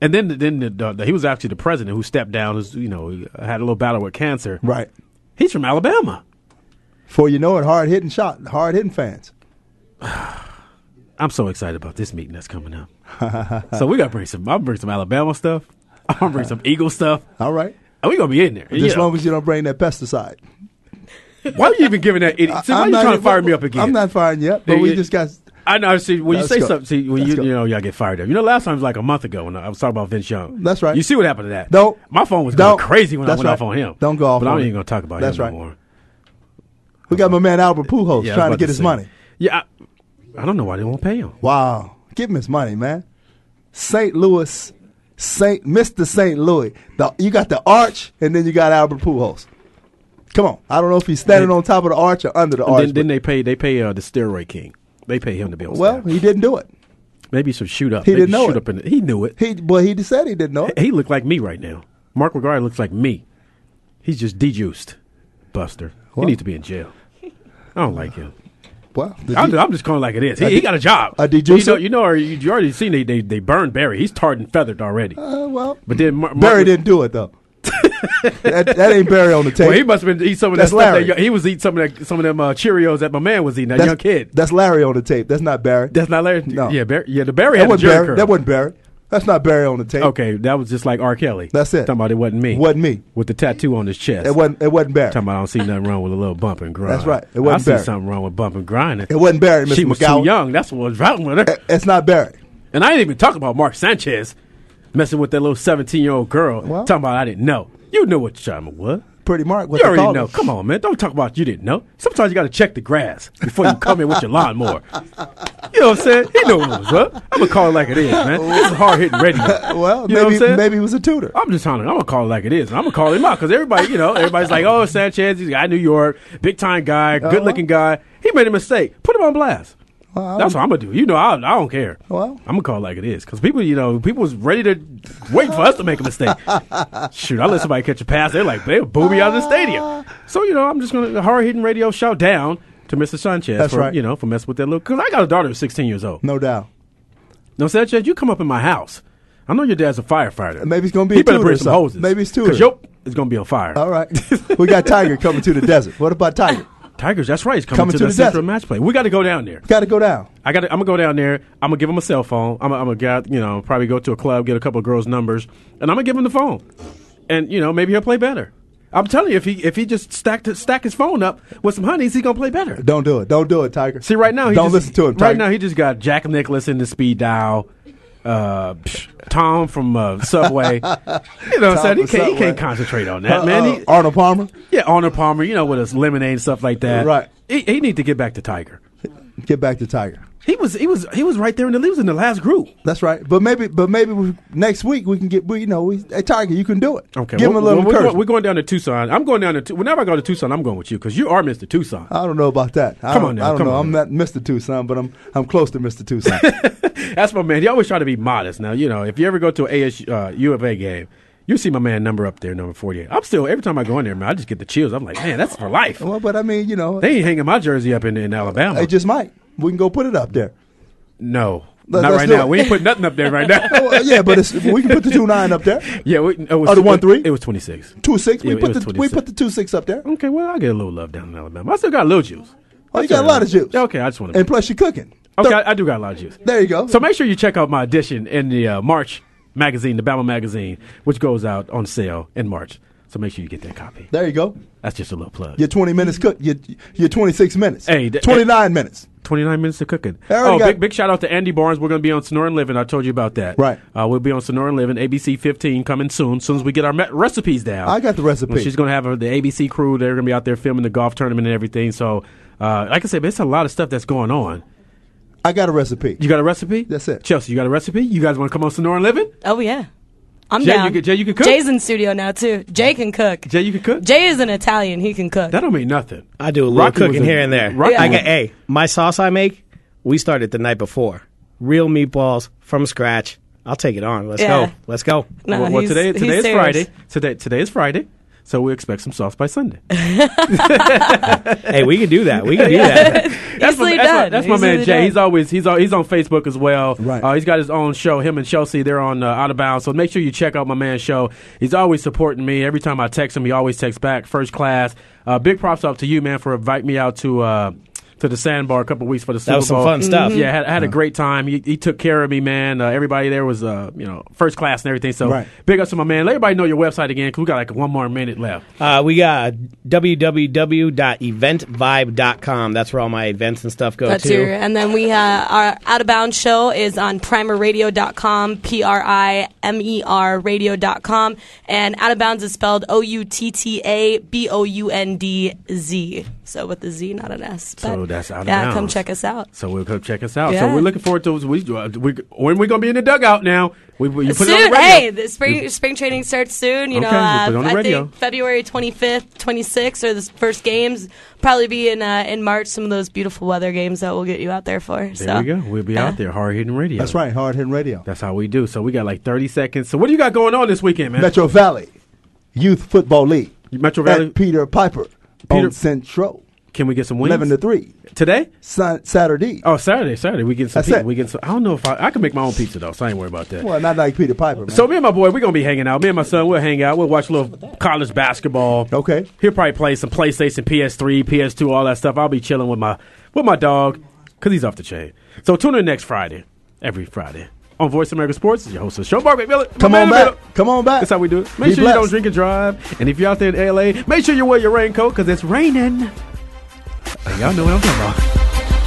S3: And then then the, the, he was actually the president who stepped down. Who's you know had a little battle with cancer.
S4: Right.
S3: He's from Alabama.
S4: For you know it, hard hitting shot, hard hitting fans.
S3: I'm so excited about this meeting that's coming up. *laughs* so we gotta bring some. I'm gonna bring some Alabama stuff. *laughs* I'm gonna bring some Eagle stuff.
S4: All right.
S3: And we gonna be in there.
S4: Just as long as you don't bring that pesticide.
S3: why are you even giving
S4: *laughs*
S3: that idiot? See, why
S4: I'm
S3: are you
S4: not
S3: trying to
S4: even-
S3: fire me up again?
S4: I'm not firing you up, but we
S3: Yeah.
S4: just got.
S3: I know. See, when you
S4: Let's
S3: say
S4: go.
S3: something, see, when you you know y'all get fired up. You know, last time was like a month ago when I was talking about Vince Young.
S4: That's right.
S3: You see what happened to that?
S4: Don't.
S3: My phone was
S4: Don't.
S3: going crazy when I
S4: That's
S3: went
S4: right.
S3: off on him.
S4: Don't go off
S3: But
S4: on
S3: I'm not
S4: him.
S3: even gonna talk about
S4: That's
S3: him
S4: right.
S3: no more.
S4: We got my man Albert Pujols
S3: Yeah, I was
S4: trying to
S3: about
S4: get
S3: to
S4: his
S3: say.
S4: money.
S3: Yeah, I, I don't know why they won't pay him.
S4: Wow, give him his money, man. St. Louis, Saint Mr. St. Louis. The, you got the arch, and then you got Albert Pujols. Come on, I don't know if he's standing on top of the arch or under the
S3: And
S4: arch.
S3: then, then they pay they pay uh, the steroid king. They pay him to be on
S4: but- well, he didn't do it.
S3: staff. Maybe some shoot up.
S4: He
S3: Maybe
S4: didn't know
S3: shoot
S4: it.
S3: Up in the, he knew it.
S4: He well, he said he didn't know it.
S3: He looked like me right now. Mark Regard looks like me. He's just dejuiced, Buster.
S4: Well.
S3: He needs to be in jail. I don't like him.
S4: Well, the
S3: I'm,
S4: de-
S3: I'm just calling it like it is. He,
S4: A
S3: he
S4: de-
S3: got a job.
S4: a
S3: You know,
S4: dejuicer?
S3: you know, or you, you already seen they, they they burned Barry. He's tarred and feathered already.
S4: Uh, well,
S3: But then Mar- Mark
S4: Barry
S3: was-
S4: didn't do it though. that, that ain't Barry on the
S3: *laughs*
S4: tape.
S3: Well, he must have been eating some of that
S4: That's
S3: stuff. That,
S4: Larry.
S3: yo- he was eating some of that some of them uh, Cheerios that my man was eating. That
S4: that's,
S3: young kid.
S4: That's Larry on the tape. That's not Barry.
S3: That's not Larry.
S4: No.
S3: Yeah, Barry, yeah. The Barry
S4: that
S3: had a
S4: wasn't
S3: jerry
S4: Barry.
S3: curl.
S4: That wasn't Barry. That's not Barry on the tape.
S3: Okay, that was just like R. Kelly.
S4: That's it.
S3: Talking about it wasn't me.
S4: Wasn't me.
S3: With the tattoo on his chest.
S4: It wasn't. It wasn't Barry.
S3: Talking about I don't see nothing wrong with a little bump and grind.
S4: That's right. It
S3: I
S4: wasn't
S3: see
S4: Barry.
S3: something wrong with bump and grinding.
S4: It wasn't Barry, Mr.
S3: She was
S4: McGowan.
S3: too young. That's what was wrong with her.
S4: It's not Barry.
S3: And I didn't even talk about Mark Sanchez messing with that little seventeen-year-old girl. talking about I didn't know. You knew what time it was.
S4: Pretty Mark. What
S3: you
S4: they
S3: already
S4: call
S3: know.
S4: him.
S3: Come on, man. Don't talk about you didn't know. Sometimes you got to check the grass before you come in with your
S4: *laughs*
S3: lawnmower. You know what I'm saying? He knew what was up. I'm gonna call it like it is,
S4: *laughs*
S3: man. This is hard hitting radio. you
S4: Well,
S3: know what I'm
S4: maybe
S3: saying?
S4: maybe he was a tutor.
S3: I'm just trying to. I'm gonna call it like it is. and I'm gonna call him out because everybody, you know, everybody's like, "Oh, Sanchez, he's a guy, New York, big time guy,
S4: Uh-huh.
S3: good looking guy. He made a mistake. Put him on blast."
S4: Well,
S3: That's what I'm gonna do. You know, I, I don't care.
S4: Oh. Well.
S3: I'm gonna call it like it is because people, you know, people was ready to wait for us to make a
S4: *laughs*
S3: mistake. Shoot, I let somebody catch a pass. They're like, they'll boo me out of the stadium. So you know, I'm just gonna hard hitting radio shout down to Mr. Sanchez.
S4: That's
S3: for,
S4: right.
S3: You know, for messing with that little. Because I got a daughter who's 16 years old.
S4: No doubt.
S3: No, Sanchez, you come up in my house. I know your dad's a firefighter.
S4: Maybe it's gonna be
S3: He
S4: a
S3: better
S4: tutor
S3: bring
S4: or
S3: some
S4: something.
S3: hoses.
S4: Maybe it's tutor.
S3: Because your is gonna be on fire.
S4: All right. we got Tiger coming to the desert. What about Tiger?
S3: Tigers, that's right. He's coming,
S4: Coming
S3: to,
S4: to
S3: the,
S4: the
S3: Central
S4: desert.
S3: Match Play. We got to go down there.
S4: Got to go down.
S3: I got. I'm gonna go down there. I'm gonna give him a cell phone. I'm gonna, I'm gonna you know, probably go to a club, get a couple of girls' numbers, and I'm gonna give him the phone. And you know, maybe he'll play better. I'm telling you, if he if he just stacked stack his phone up with some honeys, he's gonna play better.
S4: Don't do it. Don't do it, Tiger.
S3: See, right now, he
S4: don't
S3: just-
S4: listen to him. Tiger.
S3: Right now, he just got Jack Nicholas in the speed dial. Uh, psh, Tom from uh,
S4: *laughs*
S3: Subway. you know what I'm
S4: Tom
S3: saying? He
S4: from
S3: can't, he
S4: Subway.
S3: can't concentrate on that,
S4: Uh,
S3: man.
S4: uh,
S3: He,
S4: Arnold Palmer.
S3: yeah, Honor Palmer, you know, with his lemonade and stuff like that.
S4: Right.
S3: He, he need to get back to Tiger.
S4: Get back to Tiger.
S3: He was he was he was right there in the lead. He was in the last group.
S4: That's right. But maybe but maybe we, next week we can get we, you know we, hey Tiger you can do it.
S3: Okay,
S4: give him a
S3: well,
S4: little
S3: well, we're,
S4: encouragement.
S3: going, we're going down to Tucson. I'm going down to Tu- whenever I go to Tucson, I'm going with you because you are Mr. Tucson.
S4: I don't know about that. I
S3: Come
S4: don't-
S3: on now,
S4: I don't
S3: come
S4: know.
S3: on
S4: I'm not Mr. Tucson, but I'm I'm close to Mr. Tucson. *laughs*
S3: That's my man. You always try to be modest. Now you know if you ever go to a AS, uh, U of A game, you see my man number up there, number 48. I'm still every time I go in there, man, I just get the chills. I'm like, man, that's for life.
S4: well, but I mean, you know,
S3: They ain't hanging my jersey up in, in Alabama.
S4: it just might. We can go put it up there.
S3: no,
S4: Let-
S3: not
S4: let's
S3: right
S4: do
S3: now.
S4: it.
S3: We ain't putting nothing up there right
S4: *laughs*
S3: now.
S4: Oh, uh, yeah, but it's, we can
S3: *laughs*
S4: put the two nine up there.
S3: yeah, we, it was
S4: Oh, the 1-3?
S3: It was 26.
S4: Two six. We
S3: Yeah, it
S4: put
S3: was
S4: the we
S3: 26.
S4: put the two six up there.
S3: Okay, well, I get a little love down in Alabama. I still got a little juice.
S4: Oh, you
S3: That's
S4: got
S3: all
S4: a lot of juice.
S3: Okay, I just want to.
S4: And plus, you're cooking.
S3: Okay, I, I do got a lot of juice.
S4: There you go.
S3: So make sure you check out my edition in the uh, March magazine, the Bama magazine, which goes out on sale in March. So make sure you get that copy.
S4: There you go.
S3: That's just a little plug.
S4: Your 20 minutes cook. Your, your 26 minutes.
S3: Hey, th-
S4: 29 minutes.
S3: 29 minutes of cooking.
S4: I already
S3: Oh,
S4: got-
S3: big, big shout out to Andy Barnes. We're going to be on Sonoran Living. I told you about that.
S4: Right.
S3: Uh, we'll be on Sonoran Living, ABC 15, coming soon, soon as we get our me- recipes down.
S4: I got the recipe.
S3: Well, she's going to have her, the ABC crew. They're going to be out there filming the golf tournament and everything. So, uh, like I said, it's a lot of stuff that's going on.
S4: I got a recipe.
S3: You got a recipe?
S4: That's it.
S3: Chelsea, you got a recipe? You guys want to come on Sonoran Living?
S5: Oh yeah, I'm
S3: Jay,
S5: down.
S3: you can- Jay, you can cook?
S5: Jay's in studio now too. Jay can cook.
S3: Jay, you can cook?
S5: Jay is an Italian. He can cook.
S3: That don't mean nothing.
S14: I do a little
S3: Rocky was
S14: cooking
S3: a-
S14: here and there.
S3: Rocky
S14: I
S3: was-
S14: got, hey, my sauce I make, we started the night before. Real meatballs from scratch. I'll take it on. Let's
S3: Yeah.
S14: go. Let's go.
S3: Well, well, today, today is Friday. Today, today is Friday. So we expect some sauce
S14: *laughs*
S3: by Sunday.
S14: hey, we can do that. We can do *laughs* that.
S3: that's my,
S14: Easily
S3: that's my-
S14: done.
S3: that's my man
S14: Easily
S3: Jay.
S14: done.
S3: He's always he's al- he's on Facebook as well. Right. he's got his own show. Him and Chelsea, they're on uh, Out of Bounds. So make sure you check out my man's show. He's always supporting me. Every time I text him, he always texts back. First class. Uh, big props up to you, man, for inviting me out to. Uh, to the sandbar a couple weeks for the Super
S14: was some
S3: Bowl.
S14: fun stuff. Mhm.
S3: Yeah, I had, I had a great time. He, he took care of me, man. Uh, everybody there was, uh, you know, first class and everything. So
S14: Right.
S3: big up to my man. Let everybody know your website again because we got like one more minute left.
S14: Uh, we got www.eventvibe.com. That's where all my events and stuff go
S5: That's
S14: to.
S5: your, and then we uh, our out of bounds show is on primerradio.com, p r i m e r radio.com, and out of bounds is spelled o u t t a b o u n d z. So with the Z, not an S. But
S3: So that's out of
S5: yeah, come
S3: bounds.
S5: check us out.
S3: So we'll go check us out. So
S5: Yeah.
S3: we're looking forward to we, uh, we when we're gonna be in the dugout now. We, we you put
S5: soon,
S3: it on the radio.
S5: hey, the spring spring training starts soon. You know,
S3: Okay, we'll put it on
S5: uh,
S3: the
S5: I
S3: radio.
S5: think February 25th, 26th are the first games. Probably be in uh, in March. Some of those beautiful weather games that we'll get you out there for.
S3: There
S5: so.
S3: we go. We'll be
S5: yeah.
S3: out there, hard hitting radio.
S4: That's right. Hard hitting radio.
S3: That's how we do. So we got like thirty seconds. So what do you got going on this weekend, man?
S4: Metro Valley Youth Football League.
S3: Metro Valley-
S4: At Peter Piper.
S3: Peter-
S4: on Centro.
S3: Can we get some wings?
S4: 11 to 3.
S3: Today?
S4: Sun, Saturday.
S3: Oh, Saturday, Saturday. We get some
S4: That's
S3: pizza.
S4: it.
S3: We get some. I don't know if I, I can make my own pizza though, so I ain't worried about that.
S4: Well, not like Peter Piper, man.
S3: So me and my boy, we're gonna be hanging out. Me and my son, we'll hang out. We'll watch a little college basketball.
S4: Okay.
S3: He'll probably play some PlayStation, PS3, PS2, all that stuff. I'll be chilling with my with my dog because he's off the chain. So tune in next Friday, every Friday on Voice America Sports. Your host is Show Mark McMillan.
S4: Come on
S3: Man,
S4: back.
S3: man.
S4: Come on back.
S3: That's how we do it. Make
S4: Be
S3: sure you don't
S4: blessed.
S3: drink and drive. And if you're out there in LA, make sure you wear your raincoat because it's raining. And y'all know what I'm talking about.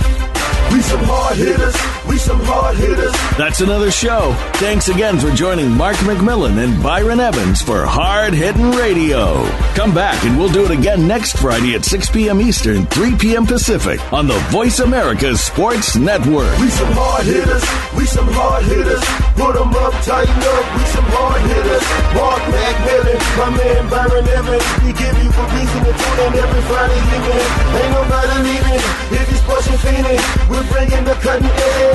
S2: We some hard hitters. We some hard hitters.
S11: That's another show. Thanks again for joining Mark McMillan and Byron Evans for Hard Hitting Radio. Come back and we'll do it again next Friday at 6 p.m. Eastern, 3 p.m. Pacific on the Voice America Sports Network.
S2: We some hard hitters. We some hard hitters. Put 'em up, tighten up. We some hard hitters. Mark McMillan, my man Byron Evans. We give you a reason to tune in every Friday evening. Ain't nobody leaving. If you're sports fiending, we're bringing the cutting edge.